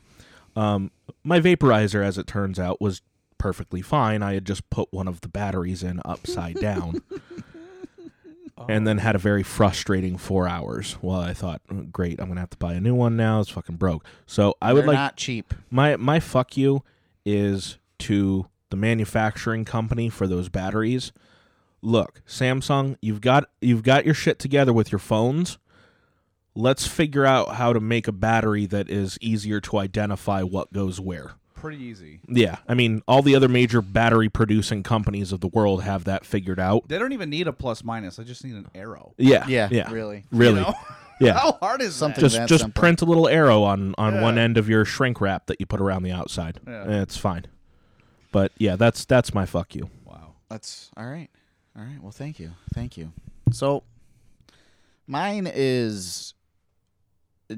Um, my vaporizer, as it turns out, was perfectly fine. I had just put one of the batteries in upside down. And then had a very frustrating four hours while I thought, "Mm, great, I'm going to have to buy a new one now. It's fucking broke. So I would
They're
like
not
*sighs*
cheap.
my my fuck you is to the manufacturing company for those batteries. Look, Samsung, you've got you've got your shit together with your phones. Let's figure out how to make a battery that is easier to identify what goes where.
pretty easy.
Yeah, I mean, all the other major battery producing companies of the world have that figured out.
They don't even need a plus minus. I just need an arrow.
Yeah.
Yeah,
Yeah.
really.
*laughs*
Really.
know?
Yeah.
How hard is
Something
That?
Just
that
just
simple.
print a little arrow on on one
Yeah.
end of your shrink wrap that you put around the outside. Eh,
Yeah.
It's fine. But yeah, that's that's my fuck you.
Wow.
That's all right. All right. Well, thank you. Thank you. So mine is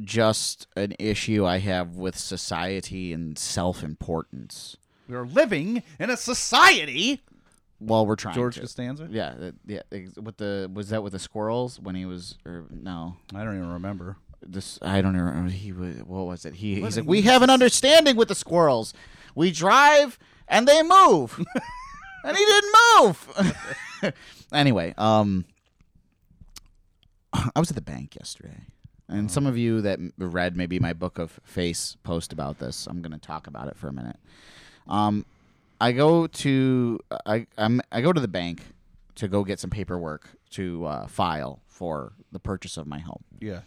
just an issue I have with society and self-importance.
We are living in a society.
While we're trying
George
to.
Costanza.
Yeah, that, yeah. ex- With the was that with the squirrels when he was or no?
I don't even remember.
This I don't remember. He was what was it? He he's like we have an understanding with the squirrels. We drive and they move, and he didn't move. *laughs* anyway, um, I was at the bank yesterday, and some of you that m- read maybe my book of face post about this. I'm gonna talk about it for a minute. Um, I go to I I'm, I go to the bank to go get some paperwork to uh, file for the purchase of my home
Yeah.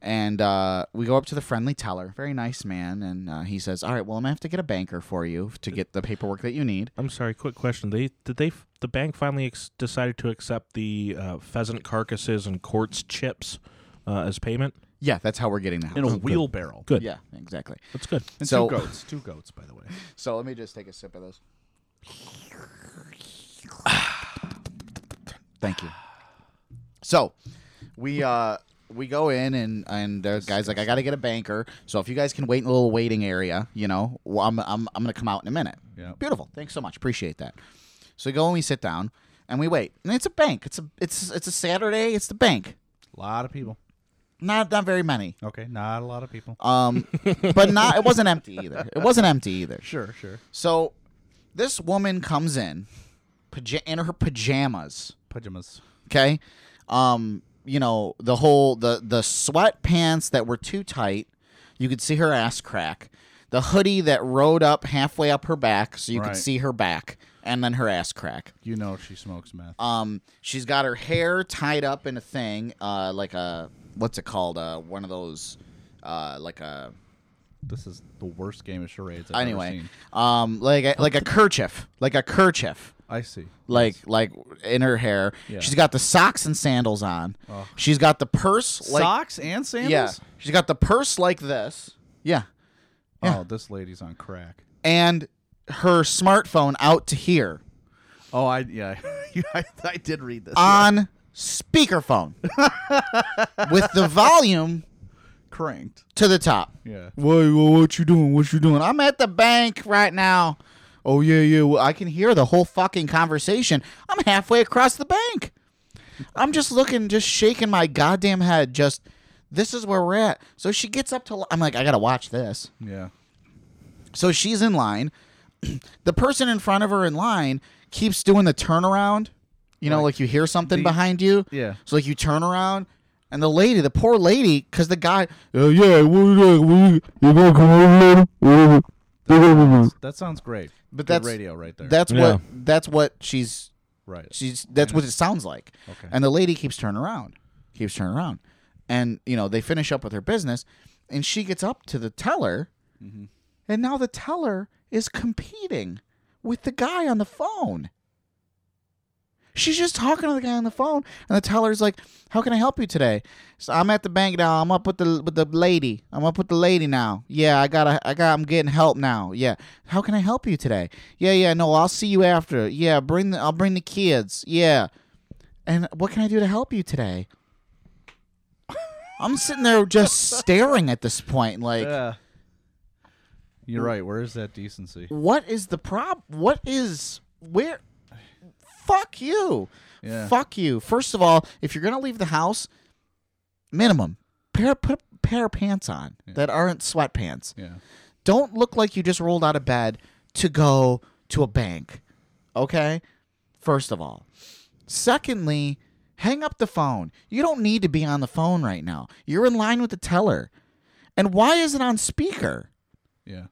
And uh, we go up to the friendly teller, very nice man, and uh, he says, "All right, well, I'm gonna have to get a banker for you to get the paperwork that you need."
I'm sorry. Quick question: They did they f- the bank finally ex- decided to accept the uh, pheasant carcasses and quartz chips uh, as payment?
Yeah, that's how we're getting that
in a
Oh, good.
wheelbarrow. Good.
Yeah, exactly.
That's good.
And So- two
goats. Two goats, by the way.
So let me just take a sip of this. *sighs* Thank you. So we uh we go in and and the guy's like, I gotta get a banker. So if you guys can wait in a little waiting area, you know, well, I'm I'm I'm gonna come out in a minute.
Yeah.
Beautiful. Thanks so much. Appreciate that. So we go and we sit down and we wait. And it's a bank. It's a it's it's a Saturday. It's the bank.
A lot of people.
Not not very many.
Okay, not a lot of people.
Um, *laughs* but not it wasn't empty either. It wasn't empty either.
Sure, sure.
So this woman comes in paja- in her pajamas.
Pajamas.
Okay. Um, you know, the whole the the sweatpants that were too tight. You could see her ass crack. The hoodie that rode up halfway up her back so you
Right.
could see her back and then her ass crack.
You know she smokes meth.
Um, she's got her hair tied up in a thing, uh, like a what's it called? Uh, one of those, uh, like a
This is the worst game of charades I've ever
anyway,
seen.
um, like a, like a kerchief, like a kerchief.
I see.
like like in her hair.
Yeah. Oh.
She's got the socks and sandals on. She's got the purse like
Socks and sandals?
Yeah. She's got the purse like this. Yeah. Yeah.
Oh, this lady's on crack.
And her smartphone out to here
Oh, I yeah, *laughs* I, I did read this.
on
*laughs*
speakerphone with the volume
Cranked.
to the top.
Yeah.
What, what you doing? What you doing? I'm at the bank right now. Oh yeah, yeah. Well, I can hear the whole fucking conversation. I'm halfway across the bank. I'm just looking, just shaking my goddamn head. Just this is where we're at. So she gets up to. li- I'm like, I gotta watch this.
Yeah.
So she's in line. *clears throat* the person in front of her in line keeps doing the turnaround. You know, like you hear something behind you.
Yeah.
So like you turn around, and the lady, the poor lady, because the guy, "Uh, yeah, what, uh, what, you gonna come over later?
That sounds great.
But
Good
that's
radio right *laughs* there.
That's
Yeah.
what that's what she's
right.
she's that's what it sounds like.
Okay.
And the lady keeps turning around, keeps turning around, and you know they finish up with her business, and she gets up to the teller,
Mm-hmm.
and now the teller is competing with the guy on the phone. She's just talking to the guy on the phone, and the teller's like, "How can I help you today?" So I'm at the bank now. I'm up with the with the lady. I'm up with the lady now. Yeah, I gotta, I got, I'm getting help now. Yeah, how can I help you today? Yeah, yeah, no, I'll see you after. Yeah, bring the, I'll bring the kids. Yeah, and what can I do to help you today? I'm sitting there just staring at this point, like,
yeah. You're right. Where is that decency?
what is the prob? What is where? Fuck you.
Yeah.
Fuck you. First of all, if you're gonna leave the house, minimum pair put a pair of pants on that aren't sweatpants.
Yeah.
Don't look like you just rolled out of bed to go to a bank. Okay? First of all. Secondly, hang up the phone. You don't need to be on the phone right now. You're in line with the teller. And why is it on speaker?
Yeah.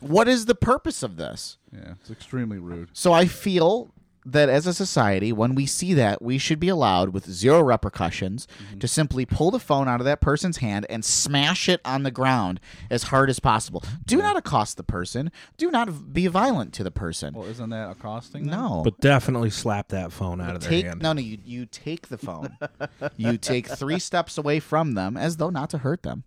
What is the purpose of this?
Yeah. It's extremely rude.
So I feel that as a society, when we see that, we should be allowed with zero repercussions
Mm-hmm.
to simply pull the phone out of that person's hand and smash it on the ground as hard as possible. Do not accost the person. Do not v- be violent to the person.
Well, isn't that accosting? then?
no.
But definitely slap that phone out of their
take
hand.
no no you you take the
*laughs*
phone. you take 3 steps away from them as though not to hurt them.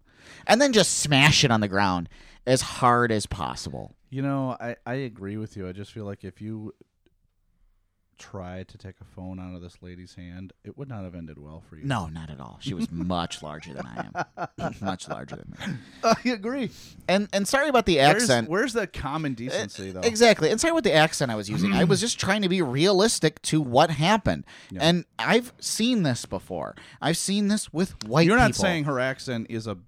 And then just smash it on the ground as hard as possible.
You know, I, I agree with you. I just feel like if you tried to take a phone out of this lady's hand, it would not have ended well for you.
No, not at all. She was much larger than I
*laughs*
am. much larger than me.
I agree.
And and sorry about the
Where's,
accent.
where's the common decency, though?
Eh, Exactly. And sorry about the accent I was using.
*clears throat*
I was just trying to be realistic to what happened. And I've seen this before. I've seen this with white
You're not
people.
saying her accent is a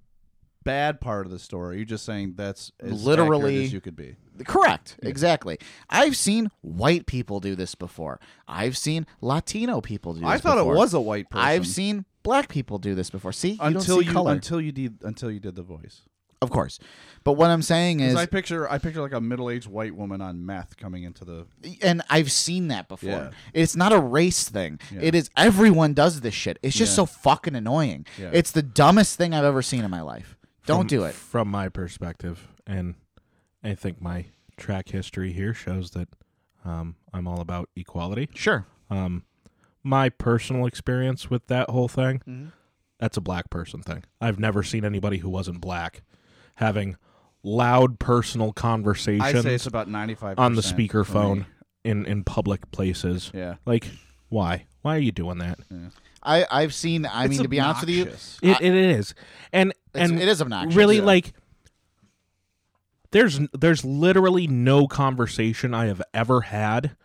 bad part of the story. You're just saying that's as
Literally-
accurate as you could be.
Correct. Exactly. I've seen white people do this before. I've seen Latino people do this
I thought it
before.
was a white person.
I've seen black people do this before. See? You don't
until
see
you
color.
until you did until you did the voice.
of course. But what I'm saying is,
Because I picture I picture like a middle aged white woman on meth coming into the
and I've seen that before.
Yeah.
It's not a race thing.
Yeah.
It is everyone does this shit. It's just so
Yeah.
fucking annoying.
Yeah.
It's the dumbest thing I've ever seen in my life. Don't
from-
do it.
From my perspective, and I think my track history here shows that um, I'm all about equality.
Sure.
Um, my personal experience with that whole thing,
Mhm.
that's a black person thing. I've never seen anybody who wasn't black having loud personal conversations.
about 95%
on the
for
speakerphone
me.
in in public places.
Yeah.
like why? Why are you doing that?
I I've seen. I mean, to be honest with you,
It, it is, and
It's-
and
it is obnoxious.
Really,
Yeah.
like there's there's literally no conversation I have ever had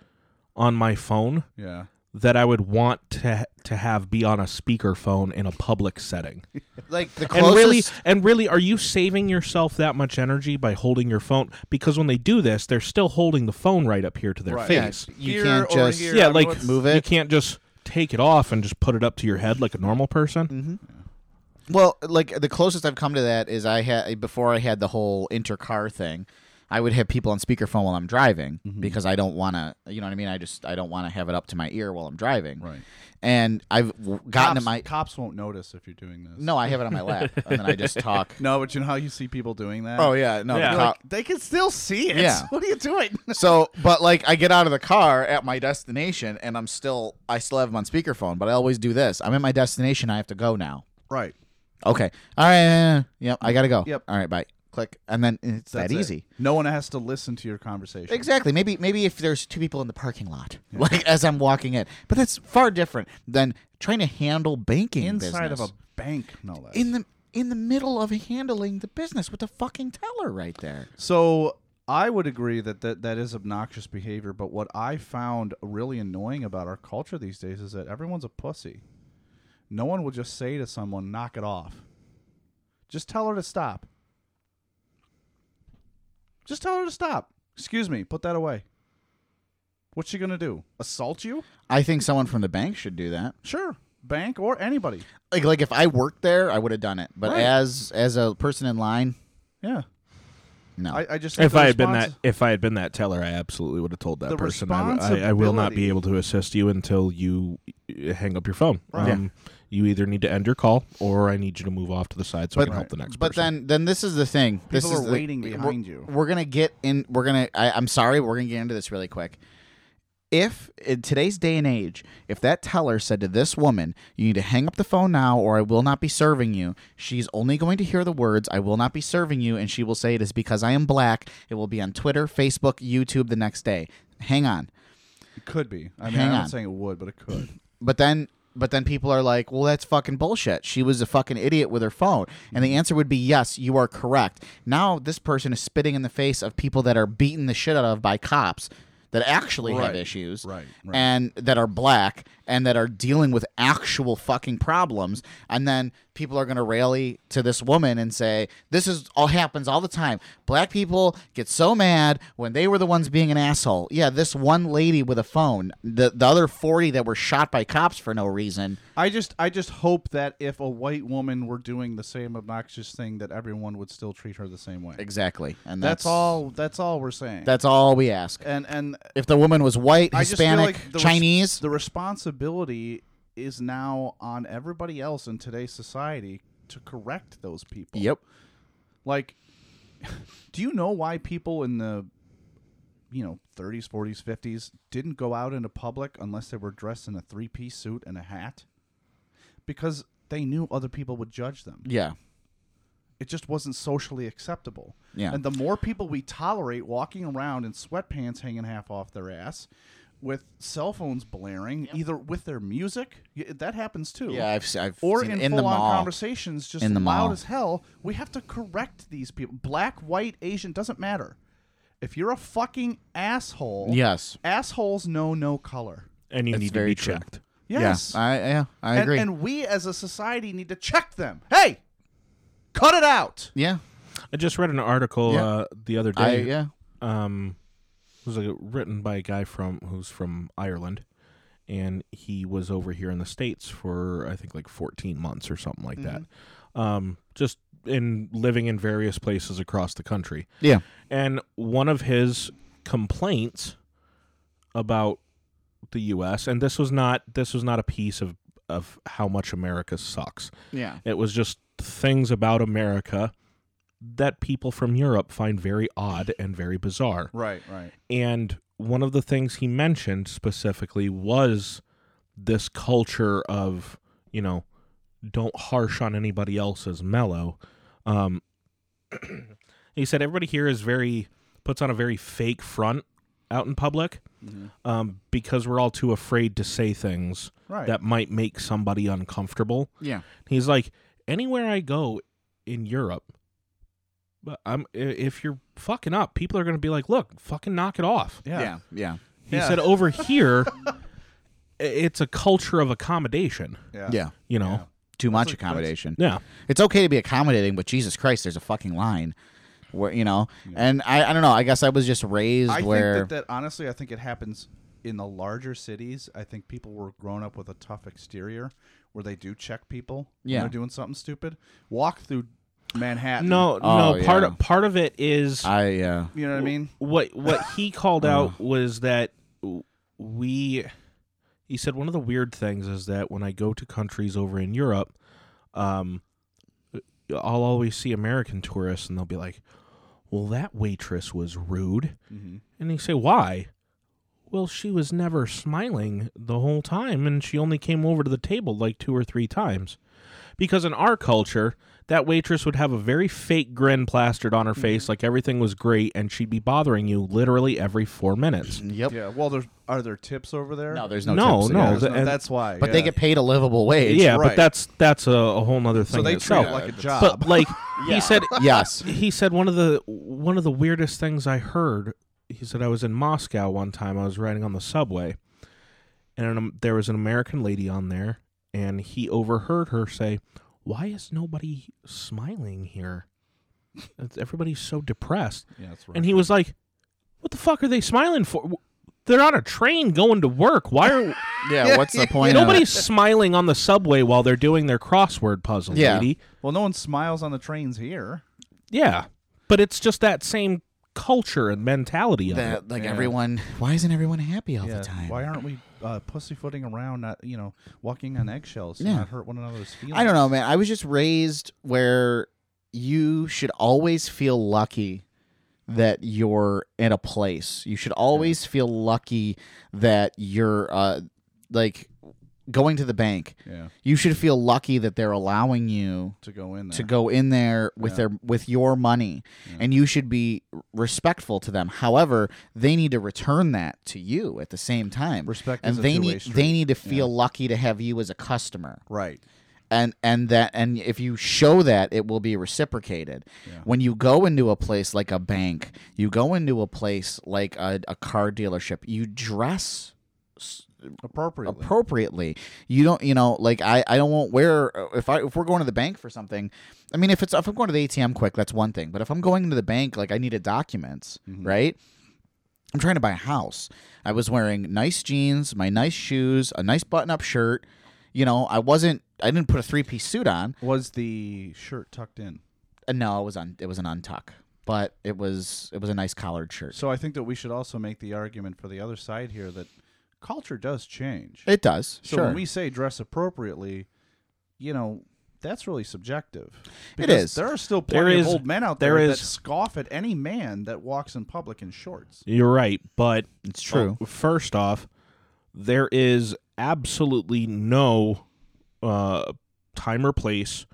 on my phone.
Yeah.
That I would want to to have be on a speakerphone in a public setting.
Like the
And really,
closest-
and really, are you saving yourself that much energy by holding your phone? Because when they do this, they're still holding the phone right up here to their
Right. Yeah,
face.
you Here, can't over just- here,
yeah,
I'm
like
going- Move it.
You can't just take it off and just put it up to your head like a normal person.
Well, like the closest I've come to that is I had before I had the whole intercar thing. I would have people on speakerphone while I'm driving because I don't want to, you know what I mean. I just I don't want to have it up to my ear while I'm driving. Right. And I've w- gotten
cops,
to my
cops won't notice if you're doing this.
No, I have it on my lap, and then I *laughs* just talk.
No, but you know how you see people doing that?
Oh, yeah, no, the
You're
cop-
like, they can still see it.
Yeah.
What are you doing?
so but like *laughs* i get out of the car at my destination and i'm still i still have them on speakerphone but i always do this i'm at my destination i have to go now
Right.
okay all right yeah, yeah, yeah. yep i gotta go
Yep.
all right bye click and then it's
That's
that
it.
easy
No one has to listen to your conversation.
Exactly. Maybe maybe if there's two people in the parking lot, like as I'm walking in, but that's far different than trying to handle banking
Inside
business.
of a bank, no less.
in the in the middle of handling the business with the fucking teller right there.
So I would agree that, that that is obnoxious behavior, but what I found really annoying about our culture these days is that everyone's a pussy. No one will just say to someone, knock it off. Just tell her to stop. Just tell her to stop. Excuse me, put that away. What's she going to do? Assault you?
I think someone from the bank should do that.
Sure. Bank or anybody.
Like like if I worked there, I would have done it. But
Right.
as as a person in line,
Yeah.
no.
I, I just
If
the
I had been that,
response-
if I had been that teller, I absolutely would have told that
The
person, I, I, "I will not be able to assist you until you uh, hang up your phone. Um,
Right.
You either need to end your call, or I need you to move off to the side so I can help the next
But
person."
then, then this is the thing. this
People
is
are
the-
waiting behind
we're,
you.
We're gonna get in. We're gonna. I, I'm sorry. We're gonna get into this really quick. If in today's day and age, if that teller said to this woman, "You need to hang up the phone now, or I will not be serving you," she's only going to hear the words, "I will not be serving you," and she will say it is because I am black. It will be on Twitter, Facebook, YouTube the next day. Hang on.
It could be. I mean,
Hang
I'm
on.
not saying it would, but it could.
But then but then people are like, "Well, that's fucking bullshit. She was a fucking idiot with her phone." And
Mm-hmm.
the answer would be, "Yes, you are correct." Now this person is spitting in the face of people that are beaten the shit out of by cops that actually have
Right.
issues
Right, right.
and that are black and that are dealing with actual fucking problems and then people are going to rally to this woman and say this is all happens all the time black people get so mad when they were the ones being an asshole yeah this one lady with a phone the the other 40 that were shot by cops for no reason
I just I just hope that if a white woman were doing the same obnoxious thing that everyone would still treat her the same way.
exactly and that's,
That's, all that's all we're saying.
that's all we ask
and and
if the woman was white
I just feel
hispanic
like the res-
chinese
the responsibility is now on everybody else in today's society to correct those people.
yep
Like *laughs* do you know why people in the you know, 30s, 40s, 50s didn't go out into public unless they were dressed in a three-piece suit and a hat? Because they knew other people would judge them.
yeah
it just wasn't socially acceptable.
Yeah.
And the more people we tolerate walking around in sweatpants hanging half off their ass with cell phones blaring, either with their music, y- that happens too.
Yeah, I've s- I've
or
seen
in
it in the
full on
mall.
conversations, just
In the
loud
mall.
as hell. We have to correct these people. Black, white, Asian, doesn't matter. If you're a fucking asshole,
Yes.
assholes know no color.
and you
That's
need to
very
be
true.
checked.
Yes,
yeah i yeah i
and,
agree
and we as a society need to check them. Hey, cut it out.
yeah
I just read an article
Yeah.
uh, the other day.
i yeah
um, it was like written by a guy from who's from Ireland, and he was over here in the states for I think like 14 months or something like that. Um, just in living in various places across the country.
Yeah.
And one of his complaints about the U.S. and this was not this was not a piece of of how much America sucks.
Yeah.
It was just things about America that people from Europe find very odd and very bizarre.
Right, right.
And one of the things he mentioned specifically was this culture of, you know, don't harsh on anybody else's mellow. Um, *clears throat* he said everybody here is very puts on a very fake front out in public
Mhm.
um, because we're all too afraid to say things
Right.
that might make somebody uncomfortable.
Yeah.
He's like, anywhere I go in Europe, but I'm i- if you're fucking up, people are gonna be like, look, fucking knock it off.
Yeah.
Yeah. Yeah.
He
Yeah.
said over here, i- it's a culture of accommodation.
Yeah.
Yeah.
You know.
Too much accommodation.
Yeah.
It's okay to be accommodating, but Jesus Christ, there's a fucking line. Where you know, and I, I don't know. I guess I was just raised
I
where
think that, that honestly, I think it happens in the larger cities. I think people were grown up with a tough exterior where they do check people
Yeah.
when they're doing something stupid. Walk through Manhattan.
No,
Oh,
no. Part
yeah.
of part of it is
I Uh. yeah.
You know what I mean?
what what
*laughs*
he called out was that w- we he said one of the weird things is that when I go to countries over in Europe, um, I'll always see American tourists and they'll be like, "Well, that waitress was rude," and they say, "Why?" Well, she was never smiling the whole time, and she only came over to the table like two or three times. Because in our culture, that waitress would have a very fake grin plastered on her face, like everything was great, and she'd be bothering you literally every four minutes.
Yep.
Yeah. Well, there's are there tips over there?
No, there's no.
No,
tips.
no,
Yeah.
There's
the-
no-
and-
that's why.
but they
yeah.
get paid a livable wage.
yeah,
right.
but that's that's a, a whole other thing.
so they
in
treat it
itself.
like a job.
But like
*laughs*
he said,
*laughs* Yes.
he said one of the one of the weirdest things I heard. He said I was in Moscow one time. I was riding on the subway, and an, um, there was an American lady on there, and he overheard her say, "Why is nobody smiling here? It's- Everybody's so depressed."
yeah, that's right.
And he was like, "What the fuck are they smiling for? They're on a train going to work. Why are?" *laughs*
Yeah. What's the point? of it?
Nobody's smiling on the subway while they're doing their crossword puzzle,
Yeah.
lady.
well, no one smiles on the trains here.
Yeah. But it's just that same culture and mentality of
that
it.
like everyone. Why isn't everyone happy all
Yeah,
the time?
Why aren't we uh, pussyfooting around? Not you know, walking on eggshells
Yeah.
to not hurt one another's feelings.
I don't know, man. I was just raised where you should always feel lucky that you're in a place. You should always feel lucky that you're uh like going to the bank.
Yeah,
You should feel lucky that they're allowing you
to go in there.
to go in there with their with your money and you should be respectful to them however they need to return that to you at the same time
Respect
and
is a
they
two-way
need
street.
they need to feel lucky to have you as a customer
Right.
and and that and if you show that it will be reciprocated when you go into a place like a bank you go into a place like a, a car dealership you dress
Appropriately.
appropriately you don't you know like i i don't want wear if i if we're going to the bank for something i mean if it's if i'm going to the atm quick that's one thing but if i'm going to the bank like i need a document right i'm trying to buy a house i was wearing nice jeans my nice shoes a nice button-up shirt you know i wasn't i didn't put a three-piece suit on
was the shirt tucked in?
Uh, no it was on it was an untuck but it was it was a nice collared shirt
So I think that we should also make the argument for the other side here that culture does change.
it does
so
Eh, sure
when we say dress appropriately, you know, that's really subjective.
It
Because
is.
There are still
There
plenty
is-
of old men out
there
there,
is-
that scoff at any man that walks in public in shorts.
You're right. But uh,
it's true
first off, there is absolutely no uh, time or place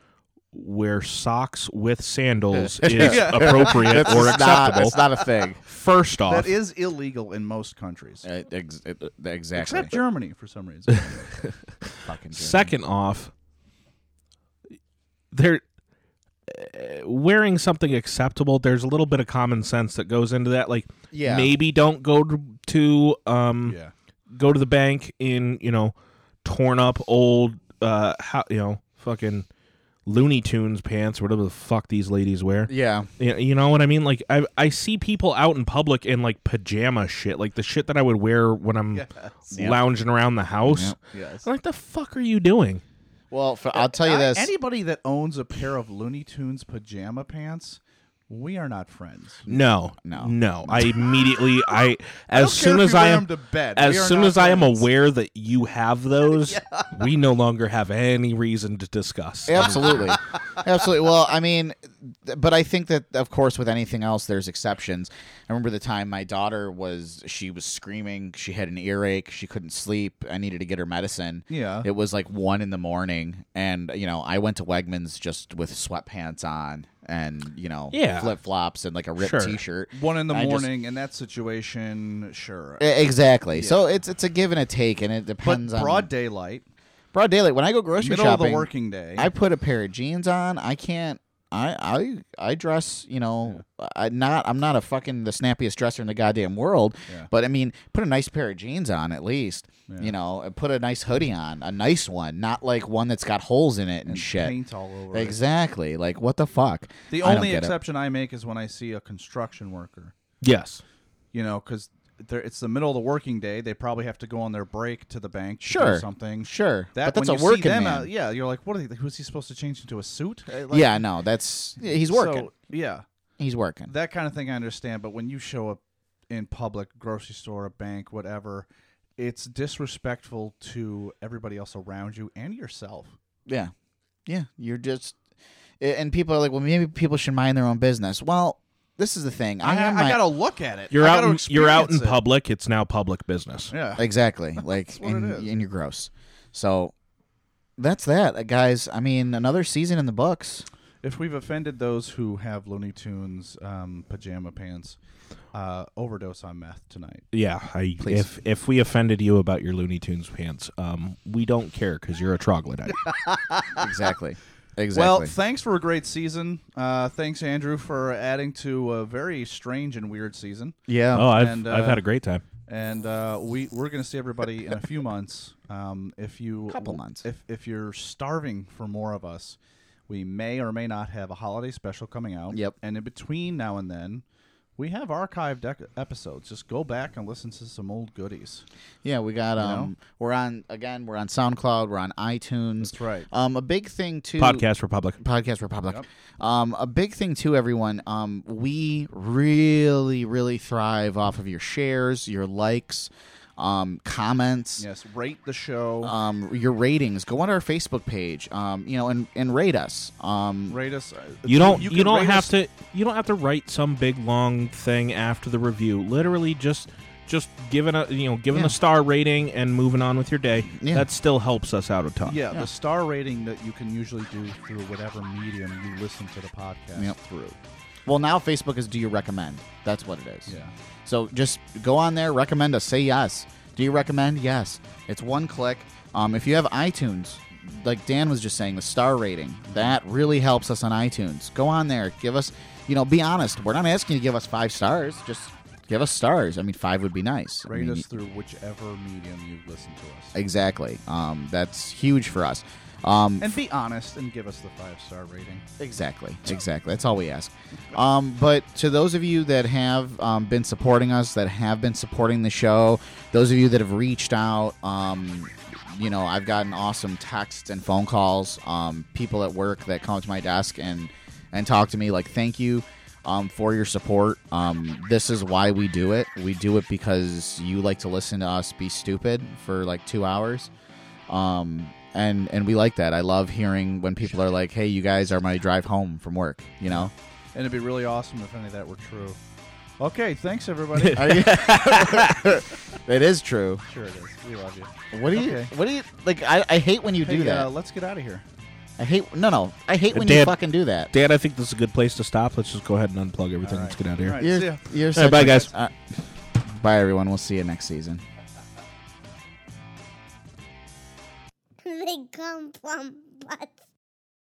where socks with
*laughs*
sandals is appropriate or
It's not-
acceptable.
it's not a thing
First off,
That is illegal in most countries.
Uh, ex- uh, exactly
Except Germany for some
*laughs*
reason.
Fucking Germany.
Second off, they're uh, wearing something acceptable. There's a little bit of common sense that goes into that. Like,
Yeah.
maybe don't go to, to um
yeah.
go to the bank in you know torn up old uh how you know fucking Looney Tunes pants, or whatever the fuck these ladies wear.
Yeah.
Y- you know what I mean. Like I, I see people out in public in like pajama shit, like the shit that I would wear when I'm
Yep.
lounging around the house.
Yep. Yes.
I'm like the fuck are you doing?
Well, for, I'll tell you
I-
this.
Anybody that owns a pair of Looney Tunes pajama pants, we are not friends.
No,
No.
no.
*laughs*
I immediately, I as
don't
soon
care if
as
you
I
wear
am,
'em to bed. We
as
are
soon
not
as I am
friends.
aware that you
*laughs*
have those, we no longer have any reason to discuss.
Absolutely. Absolutely. Well, I mean, th- but I think that, of course, with anything else, there's exceptions. I remember the time my daughter was, she was screaming. She had an earache. She couldn't sleep. I needed to get her medicine.
Yeah.
It was like one in the morning. And, you know, I went to Wegmans just with sweatpants on and, you know,
Yeah.
flip flops and like a ripped
Sure.
t shirt.
One in the
I just- E,
morning in that situation, sure.
Exactly. So it's it's a give and a take, and it
But
depends on
broad daylight,
broad daylight. When I go grocery
middle
shopping,
of the working day.
I put a pair of jeans on. I can't. I I I dress. You know, I not. I'm not a fucking the snappiest dresser in the goddamn world. But I mean, put a nice pair of jeans on at least. You know, and put a nice hoodie on, a nice one, not like one that's got holes in it and, shit.
paint all over. it.
Exactly. Like what the fuck?
The
I don't
only
get it.
exception I make is when I see a construction worker.
Yes.
You know, because it's the middle of the working day. They probably have to go on their break to the bank. to do
Sure.
something.
Sure.
That
But that's
when
a
you see
working
them
man.
out- yeah, you're like, what? Are they, who's he supposed to change into a suit? Uh, like-
Yeah. No. That's yeah, he's
so,
working.
yeah,
he's working.
that kind of thing I understand. But when you show up in public, grocery store, a bank, whatever, it's disrespectful to everybody else around you and yourself.
Yeah. Yeah. You're just. a- And people are like, well, maybe people should mind their own business. Well, this is the thing. I,
I,
am
I
my-
gotta look at it.
You're
I
out.
gotta
In, you're out in
experience it.
public. It's now public business.
Yeah.
*laughs* Exactly.
*laughs*
Like,
what it
and,
is.
and you're gross. So that's that, uh, guys. I mean, another season in the
*laughs*
books.
If we've offended those who have Looney Tunes um, pajama pants, uh, overdose on meth tonight.
Yeah. I,
Please.
if if we offended you about your Looney Tunes pants, um, we don't care because you're a troglodyte.
Exactly.
Well,
exactly.
thanks for a great season. Uh, thanks, Andrew, for adding to a very strange and weird season.
yeah.
oh, I've
and,
I've
uh,
had a great time.
and uh, we we're gonna see everybody in a few *laughs* months. Um, if you
Couple months.
if if you're starving for more of us, we may or may not have a holiday special coming out.
Yep.
And in between now and then, we have archived ec- episodes. Just go back and listen to some old goodies.
Yeah, we got um we're on again, we're on SoundCloud, we're on iTunes.
That's right.
Um a big thing too
Podcast Republic.
Podcast Republic. Um, a big thing too, everyone. Um, we really, really thrive off of your shares, your likes, um, comments
Yes. Rate the show.
Uh,
um, your ratings. Go on our Facebook page, um, you know, and, and rate us. Um,
rate us. Uh,
You don't you,
can
don't
rate
have
us-
to you don't have to write some big long thing after the review. Literally just just giving a you know giving
Yeah.
a star rating and moving on with your day.
Yeah.
That still helps us out a ton. *laughs*
Yeah, the star rating that you can usually do through whatever medium you listen to the podcast
Yep.
through.
well, now Facebook is do you recommend? That's what it is.
Yeah.
So just go on there, recommend us, say yes. Do you recommend? Yes. It's one click. Um, if you have iTunes, like Dan was just saying, the star rating that really helps us on iTunes. Go on there, give us, you know, be honest. We're not asking you to give us five stars. Just give us stars. I mean, five would be nice. I
Rate
mean,
us through whichever medium you listen to us.
exactly. Um, that's huge for us. Um,
and be honest and give us the five star rating.
Exactly. Exactly. That's all we ask. Um, but to those of you that have um, been supporting us, that have been supporting the show, those of you that have reached out, um, you know, I've gotten awesome texts and phone calls, um, people at work that come up to my desk and and talk to me like, thank you um, for your support. Um, this is why we do it. We do it because you like to listen to us be stupid for like two hours um and and we like that i love hearing when people are like hey you guys are my drive home from work you know
And it'd be really awesome if any of that were true. Okay,
*laughs*
thanks everybody.
Are you- it is true
sure it is. We love you.
what do you
Okay.
what do you like i, I hate when you
Hey,
do that
Uh, let's get out of here.
i hate no no i hate when you
Dan-
fucking do that
Dan, I think this is a good place to stop. Let's just go ahead and unplug everything.
All
Let's get out of here.
All right,
You're-
see ya.
you're
right,
such
bye,
a-
guys.
uh, bye everyone we'll see you next season
They come from butts.